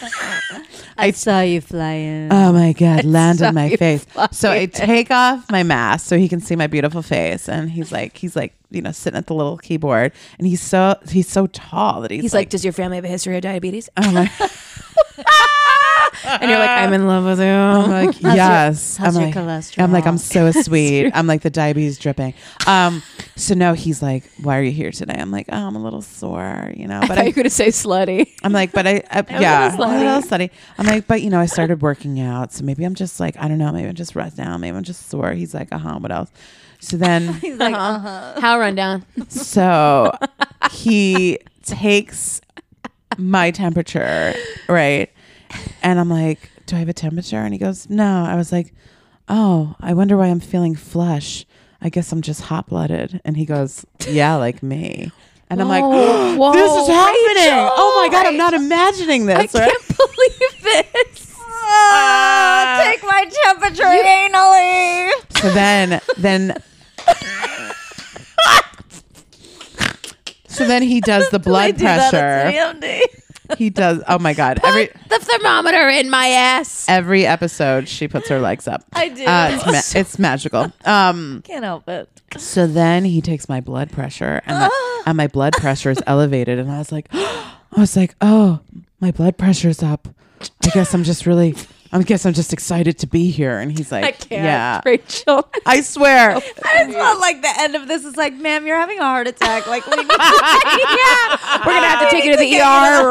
I saw you flying. Uh-huh. Oh my God, land on my so face. So I take off my mask so he can see my beautiful face. And he's like, he's like, you know, sitting at the little keyboard. And he's so, he's so tall that he's, He's like, like, does your family have a history of diabetes? oh my, And you're like, I'm in love with you. I'm like, your- yes. how's I'm your like, cholesterol? I'm like, I'm so sweet. I'm like, the diabetes dripping. Um, so no, he's like, why are you here today? I'm like, oh, I'm a little sore, you know, I but thought I, you were gonna say slutty. I'm like, but I, I little yeah, a slutty. little slutty. I'm like, but you know, I started working out, so maybe I'm just like, I don't know, maybe I'm just run down, maybe I'm just sore. He's like, uh huh, what else? So then, He's like, How rundown? so he takes my temperature, right? And I'm like, do I have a temperature? And he goes, no. I was like, oh, I wonder why I'm feeling flush. I guess I'm just hot blooded. And he goes, yeah, like me. And I'm like, Whoa, this is whoa, happening. oh my God, I'm Rachel. not imagining this. I right? can't believe this. Uh-huh. "Ah, take my temperature anally. So then, then. so then he does the blood Do that at pressure. CMD. He does. Oh my god! Every The thermometer in my ass. every episode, she puts her legs up. I do. Uh, it's, ma- it's magical. Um. Can't help it. So then he takes my blood pressure, and my, and my blood pressure is elevated, and I was like, I was like, oh, my blood pressure's up. I guess I'm just really. I guess I'm just excited to be here. And he's like, I can't, yeah. Rachel. I swear. It's not like the end of this is like, ma'am, you're having a heart attack. Like, we need to We're gonna have to take you to the ER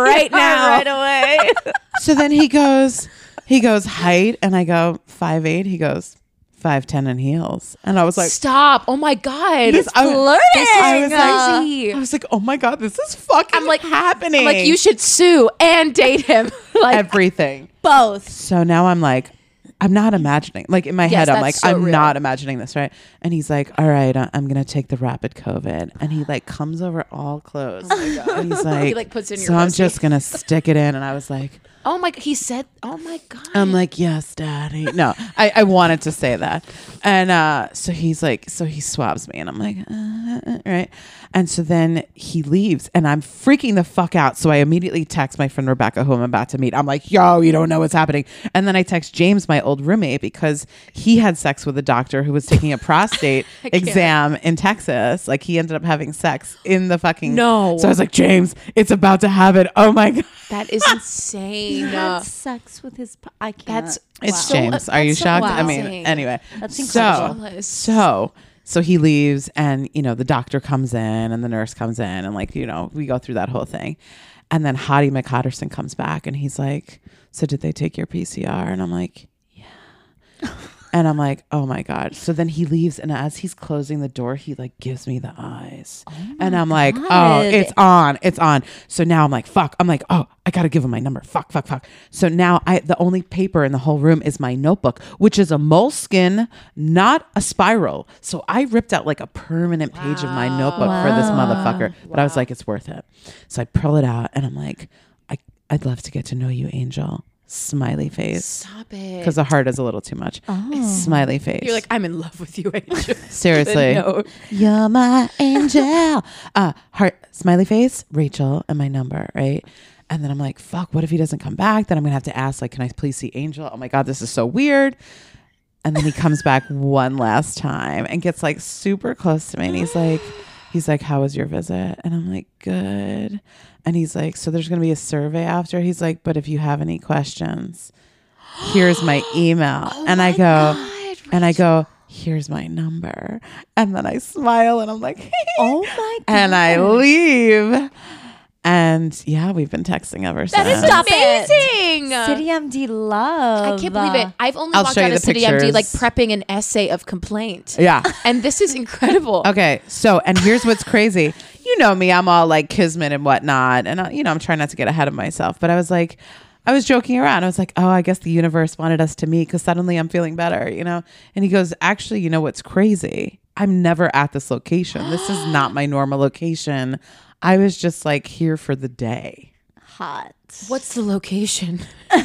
right now. right away. so then he goes, he goes height, and I go five eight. He goes five ten in heels, and I was like, Stop! Oh my god, He's I- flirting. I I was was like- crazy. I was like, oh my god, this is fucking. uh, I'm like happening. I'm like you should sue and date him. like everything. Both. So now I'm like, I'm not imagining. Like in my head, I'm that's like, so I'm real. not imagining this, right? And he's like, all right, I- I'm gonna take the rapid COVID, and he like Oh comes over all clothes, and he's like, like, puts in your so I'm pussy. just gonna stick it in, and I was like. Oh my! He said, "Oh my god." I'm like, yes, daddy. No, I, I wanted to say that. And uh, so he's like, so he swabs me, and I'm like, uh, uh, right. And so then he leaves, and I'm freaking the fuck out. So I immediately text my friend Rebecca, who I'm about to meet. I'm like, yo, you don't know what's happening. And then I text James, my old roommate, because he had sex with a doctor who was taking a prostate exam in Texas. Like, he ended up having sex in the fucking. No. So I was like, James, it's about to happen. Oh my God. that is insane. had sex with his. p- I can't. That's- It's Wow. James. Are you so shocked? I mean, amazing. anyway. That's so, incredible. so, so he leaves, and you know, the doctor comes in, and the nurse comes in, and like you know, we go through that whole thing, and then Hottie McHotterson comes back, and he's like, "So did they take your PCR?" And I'm like, and I'm like, oh my God. So then he leaves, and as he's closing the door, he like gives me the eyes. and I'm like, oh, God. it's on, it's on. So now I'm like, fuck. I'm like, oh, I gotta give him my number. Fuck, fuck, fuck. So now I the only paper in the whole room is my notebook, which is a moleskin, not a spiral. So I ripped out like a permanent page of my notebook for this motherfucker. But I was like, it's worth it. So I pull it out and I'm like, I I'd love to get to know you, Angel. Smiley face Stop it. because the heart is a little too much. Smiley face. Oh. You're like, I'm in love with you, Angel. Seriously. No. You're my angel. Uh, heart, smiley face, Rachel, and my number, right? And then I'm like, fuck, what if he doesn't come back? Then I'm going to have to ask, like, can I please see Angel? Oh my God, this is so weird. And then he comes back one last time and gets like super close to me. And he's like, he's like, how was your visit? And I'm like, good. And he's like, so there's going to be a survey after. He's like, but if you have any questions, here's my email. and I go, and I go, here's my number. And then I smile and I'm like, oh my god. and I leave. And yeah, we've been texting ever since. That is Stop it. amazing. City MD love. I can't believe it. I've only I'll walked show out you of the City MD like pictures. prepping an essay of complaint. Yeah. And this is incredible. Okay, so and here's what's crazy. You know me, I'm all like kismet and whatnot, and I, you know I'm trying not to get ahead of myself. But I was like, I was joking around. I was like, oh, I guess the universe wanted us to meet because suddenly I'm feeling better, you know. And he goes, actually, you know what's crazy? I'm never at this location. This is not my normal location. I was just like here for the day. Hot. What's the location?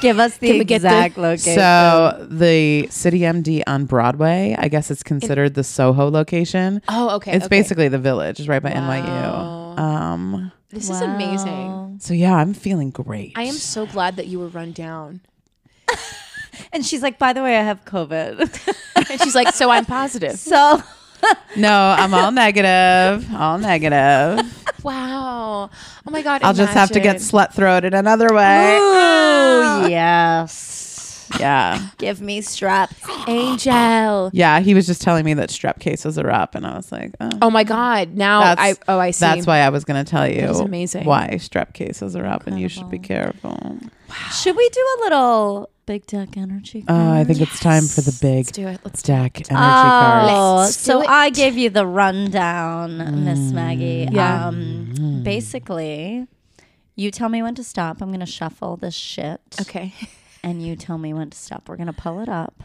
Give us the Can we get the- exact location. So the City MD on Broadway, I guess it's considered the Soho location. Oh, okay. It's okay. basically the village, it's right by NYU. Um, This is amazing. So yeah, I'm feeling great. I am so glad that you were run down. And she's like, by the way, I have COVID. And she's like, so I'm positive. so no, I'm all negative. All negative. Wow. Oh my God. I'll just have to get imagine. slut throated another way. Ooh, Oh, yes. Yeah. Give me straps. Angel. Yeah. He was just telling me that strep cases are up and I was like, oh, Oh my God. Now I, that's- oh, I see. That's why I was gonna tell you is amazing. why strep cases are up and you should be careful. Should we do a little big duck energy? Oh, I card? think it's time for the big Let's do it. Let's do deck energy cards. Oh, Let's do so it. I gave you the rundown, Miss Maggie. Yeah. Mm. Um, basically, you tell me when to stop. I'm going to shuffle this shit. it. Okay. And you tell me when to stop. We're going to pull it up.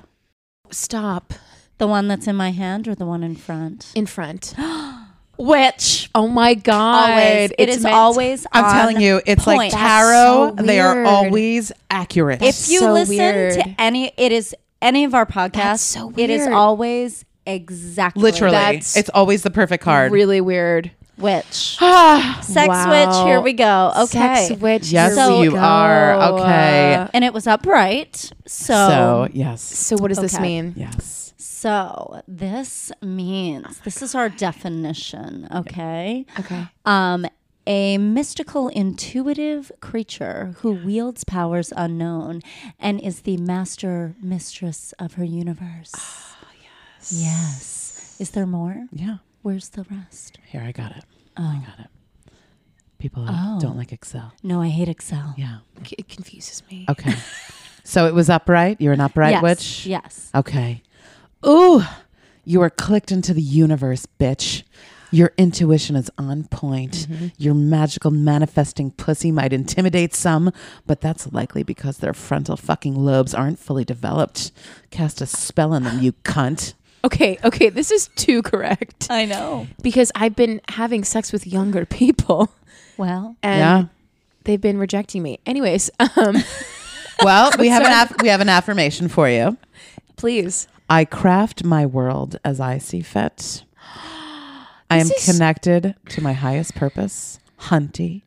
Stop The one that's in my hand or the one in front? in front. Which? Oh my God. Always. It It's is meant- always. I'm on telling you, it's like point. tarot. That's so they are weird. always accurate. if you so listen weird. to any, it is any of our podcasts. so It is weird. always exactly Literally. That's It's always the perfect card. Really weird. which Ah, sex Wow. witch. Here we go. Okay. Sex witch. yes, here we you go. are. Okay. Uh, and it was upright. so So, yes. so what does this Okay. mean? Yes. so, this means this is our definition, okay? Okay. Um, a mystical, intuitive creature who wields powers unknown and is the master mistress of her universe. Ah, yes. Yes. Is there more? Yeah. Where's the rest? Here I got it. Oh I got it. People don't like Excel. No, I hate Excel. Yeah. C- It confuses me. Okay. so it was upright. You're an upright yes. witch. Yes. Okay. Ooh, you are clicked into the universe, bitch. Your intuition is on point. Your magical manifesting pussy might intimidate some, but that's likely because their frontal fucking lobes aren't fully developed. Cast a spell on them, you cunt. Okay. Okay. This is too correct I know. because I've been having sex with younger people Well, and they've been rejecting me. Anyways, um, Well, we have an aff- we have an affirmation for you. please. I craft my world as I see fit. I am connected to my highest purpose, Hunty.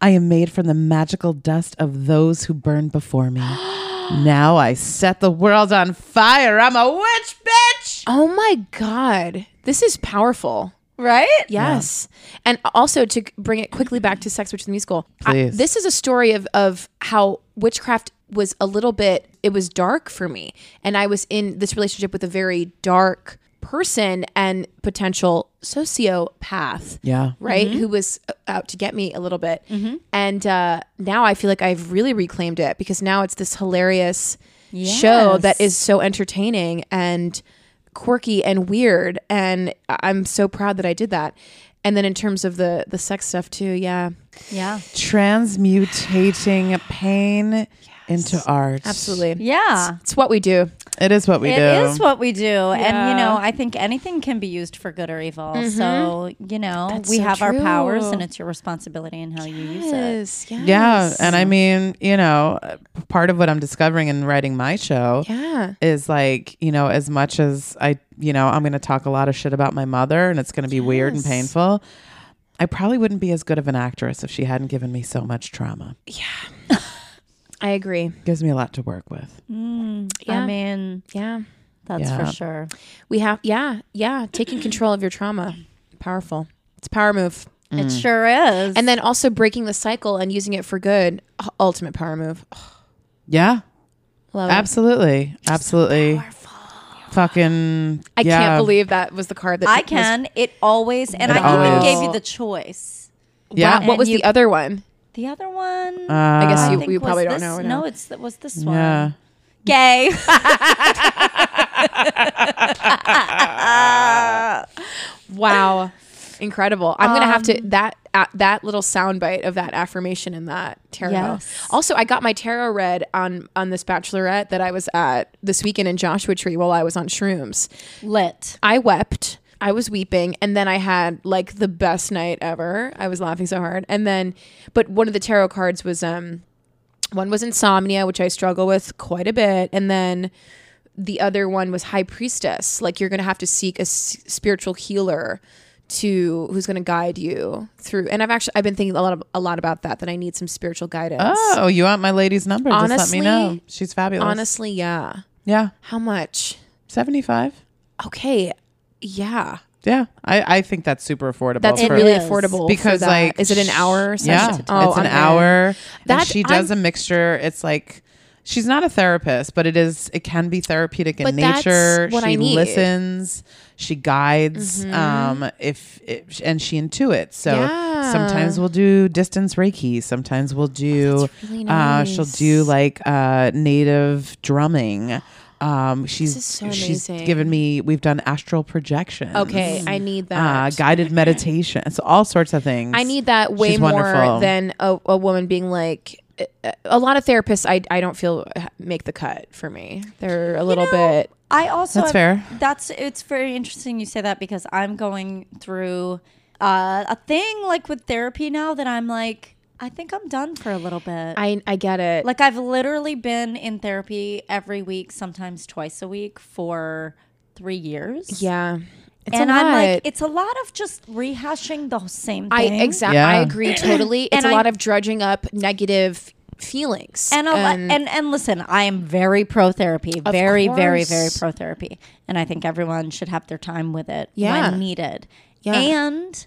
I am made from the magical dust of those who burned before me. now I set the world on fire. I'm a witch, bitch. Oh my God. This is powerful. Right? Yes. And also to bring it quickly back to Sex Witch the Musical. I- Please. this is a story of, of how witchcraft was a little bit, it was dark for me. And I was in this relationship with a very dark person and potential sociopath. Yeah. Right? Mm-hmm. Who was uh, out to get me a little bit. And uh, now I feel like I've really reclaimed it because now it's this hilarious show that Yes. is so entertaining and quirky and weird and I- i'm so proud that i did that and then in terms of the the sex stuff too yeah Yeah. Transmutating pain into art. absolutely Yeah. it's what we do It is what we It do. is what we do. And, you Yeah. Mm-hmm. know, I think anything can be used for good or evil. So, you know, That's we so have our powers true. and it's your responsibility in how you use it. yes yes Yeah, and I mean, you know, uh, part of what I'm discovering in writing my show yeah is like, you know, as much as I, you know, I'm going to talk a lot of shit about my mother and it's going to be weird and painful. I probably wouldn't be as good of an actress if she hadn't given me so much trauma. i agree gives me a lot to work with. yeah Mm, I mean, yeah that's Yeah. for sure. we have yeah yeah taking control of your trauma powerful it's a power move It sure is. Mm. and then also breaking the cycle and using it for good Hu- ultimate power move Yeah, love it absolutely. Absolutely. Fucking. i yeah. can't believe that was the card that I was- can. It always, and It I even always- gave you the choice. Yeah. what was And you- the other one The other one, I guess Uh, you- think we was probably don't this- know now. No, it's that was this one. Uh, Yeah. Gay. Wow, incredible! I'm gonna have Um, to that uh, that little soundbite of that affirmation in that tarot. Yes. Also, I got my tarot read on on this bachelorette that I was at this weekend in Joshua Tree while I was on shrooms. Lit. I wept. I was weeping, and then I had like the best night ever. I was laughing so hard, and then, but one of the tarot cards was um, one was insomnia, which I struggle with quite a bit, and then the other one was high priestess. Like you're gonna have to seek a s- spiritual healer to who's gonna guide you through. And I've actually I've been thinking a lot of, a lot about that. That I need some spiritual guidance. Oh, you want my lady's number? Just let Honestly- me know. She's fabulous. Honestly, yeah. Yeah. How much? 75. Okay, yeah. Yeah, I, I think that's super affordable. That's It really is. affordable. because for that. like is it an hour? Session? Oh, Yeah, it's an I'm in. hour. That That- she does I'm- a mixture. It's like she's not a therapist, but it is. It can be therapeutic in But that's nature. what she I need. Mm-hmm. listens. She guides. Um, if, if and she intuits. So Yeah. sometimes we'll do distance reiki. Sometimes we'll do. Oh, really uh, she'll do nice. like uh, native drumming. Um, she's is so she's amazing. given me. We've done astral projection. Okay, I need Uh, that. guided meditation. It's all sorts of things. I need that way She's more wonderful. than a, a woman being like. uh, A lot of therapists, I, I don't feel uh, make the cut for me. They're a little know, bit. I also That's fair. That's it's very interesting you say that because I'm going through uh, a thing like with therapy now that I'm like I think I'm done for a little bit. I I get it. like I've literally been in therapy every week, sometimes twice a week for three years. yeah, it's and a lot. I'm like, it's a lot of just rehashing the same I thing. exactly. I Yeah. agree totally. It's And a I- lot of drudging up negative feelings. And, a lo- and and listen, I am very pro therapy, very very very course. pro therapy, and I think everyone should have their time with it Yeah. when needed. Yeah. And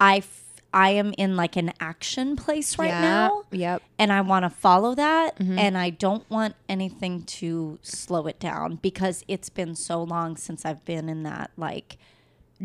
I f- I am in like an action place right Yeah. now. Yep. And I want to follow that, Mm-hmm. and I don't want anything to slow it down because it's been so long since I've been in that like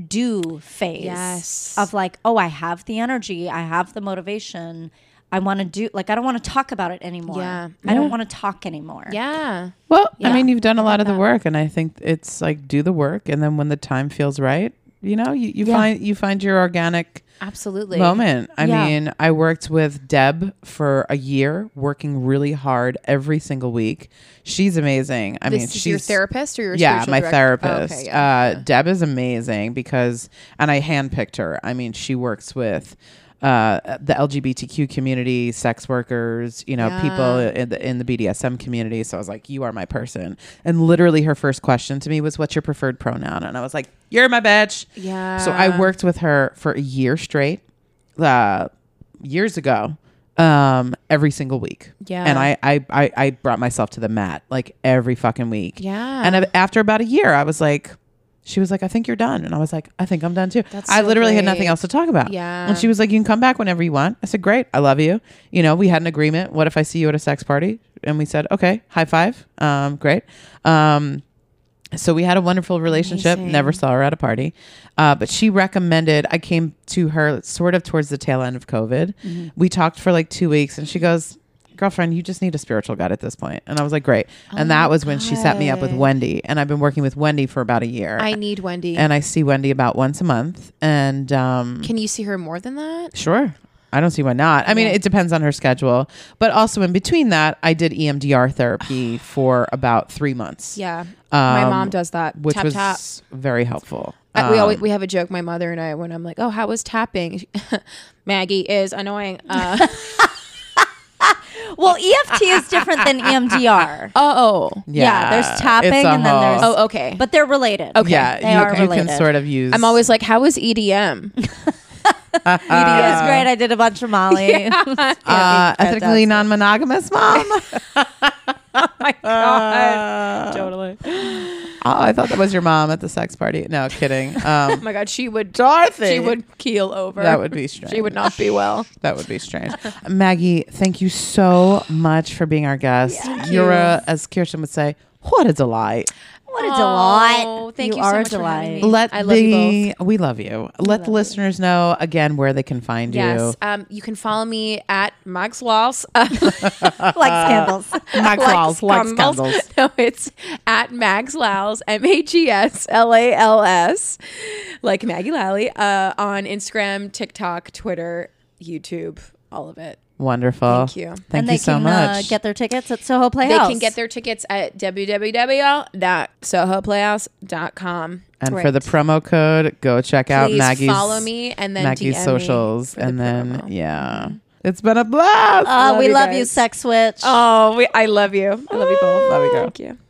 do phase Yes. of like, oh, I have the energy, I have the motivation. I want to do like I don't want to talk about it anymore. Yeah. I don't want to talk anymore. yeah, Well, I mean, you've done a lot of the work, and I think it's like do the work, and then when the time feels right, you know, you, you find you find your organic absolutely. moment. I Yeah. mean, I worked with Deb for a year, working really hard every single week. She's amazing. I This mean, is she's your therapist or your yeah, spiritual my director? Oh, okay, therapist. uh, yeah. Deb is amazing because, and I handpicked her. I mean, she works with uh, the LGBTQ community, sex workers, you know, people in the, in the BDSM community. So I was like, you are my person. And literally her first question to me was, what's your preferred pronoun? And I was like, you're my bitch. Yeah. So I worked with her for a year straight, uh, years ago, um, every single week. Yeah. And I, I, I, I brought myself to the mat like every fucking week. Yeah. And I, after about a year, I was like, she was like, I think you're done. And I was like, I think I'm done too. That's I so literally had great. nothing else to talk about. Yeah. And she was like, You can come back whenever you want. I said, Great. I love you. You know, we had an agreement. What if I see you at a sex party? And we said, Okay, high five. Um, great. Um, so we had a wonderful relationship. Never saw her at a party, uh, but she recommended I came to her sort of towards the tail end of COVID. Mm-hmm. We talked for like two weeks, and she goes, "Girlfriend, you just need a spiritual guide at this point." And I was like, "Great!" and Oh that was when she set me up with God. Wendy, and I've been working with Wendy for about a year. I need Wendy. and I see Wendy about once a month, and um, Can you see her more than that? Sure. I don't see why not. I mean, it depends on her schedule. But also in between that, I did E EMDR therapy for about three months. Yeah. my Um, mom does that. Which tap was tap. very helpful. I- we Um, always we have a joke, my mother and I, when I'm like, "Oh, how was tapping?" Maggie is annoying. Uh, Well, EFT is different than E EMDR. oh, Yeah, there's it's tapping a and then there's whole- oh, okay. But but they're related. Okay. Yeah, they you, are you can related. sort of use. I'm always like, "How was E EDM?" it was E great. I did a bunch of Molly. uh, ethically non monogamous mom. oh, my Uh, god, totally. Oh I thought that was your mom at the sex party. No, kidding. Um, Oh my god, she would. Dorothy. She would keel over. That would be strange. She would not be well. That would be strange. Maggie, thank you so much for being our guest. You're, a, as Kirsten would say, what a delight. what a delight! Oh, thank you so are a much for having delight. me. Let I love the, you We love you. Let the listeners know again where they can find Yes. Um, you can follow me at Max Walls. Uh, Uh, like scandals. you. Max Walls, like scandals. No, it's at Mags Lals, M A G S L A L S, like Maggie Lally, uh, on Instagram, TikTok, Twitter, YouTube, all of it. Wonderful. Thank you. Thank and you they so can much. Uh, get their tickets at Soho They Playhouse. can get their tickets at www.sohoplayhouse.com. and for the promo code, go check out Please Maggie's follow me and then Maggie's DM me socials, for the and then promo. Mm-hmm. yeah, it's been a blast. Uh, we you love you, guys. Sex Witch. Oh, we, I love you. I love you both. Love you, girl. Thank you.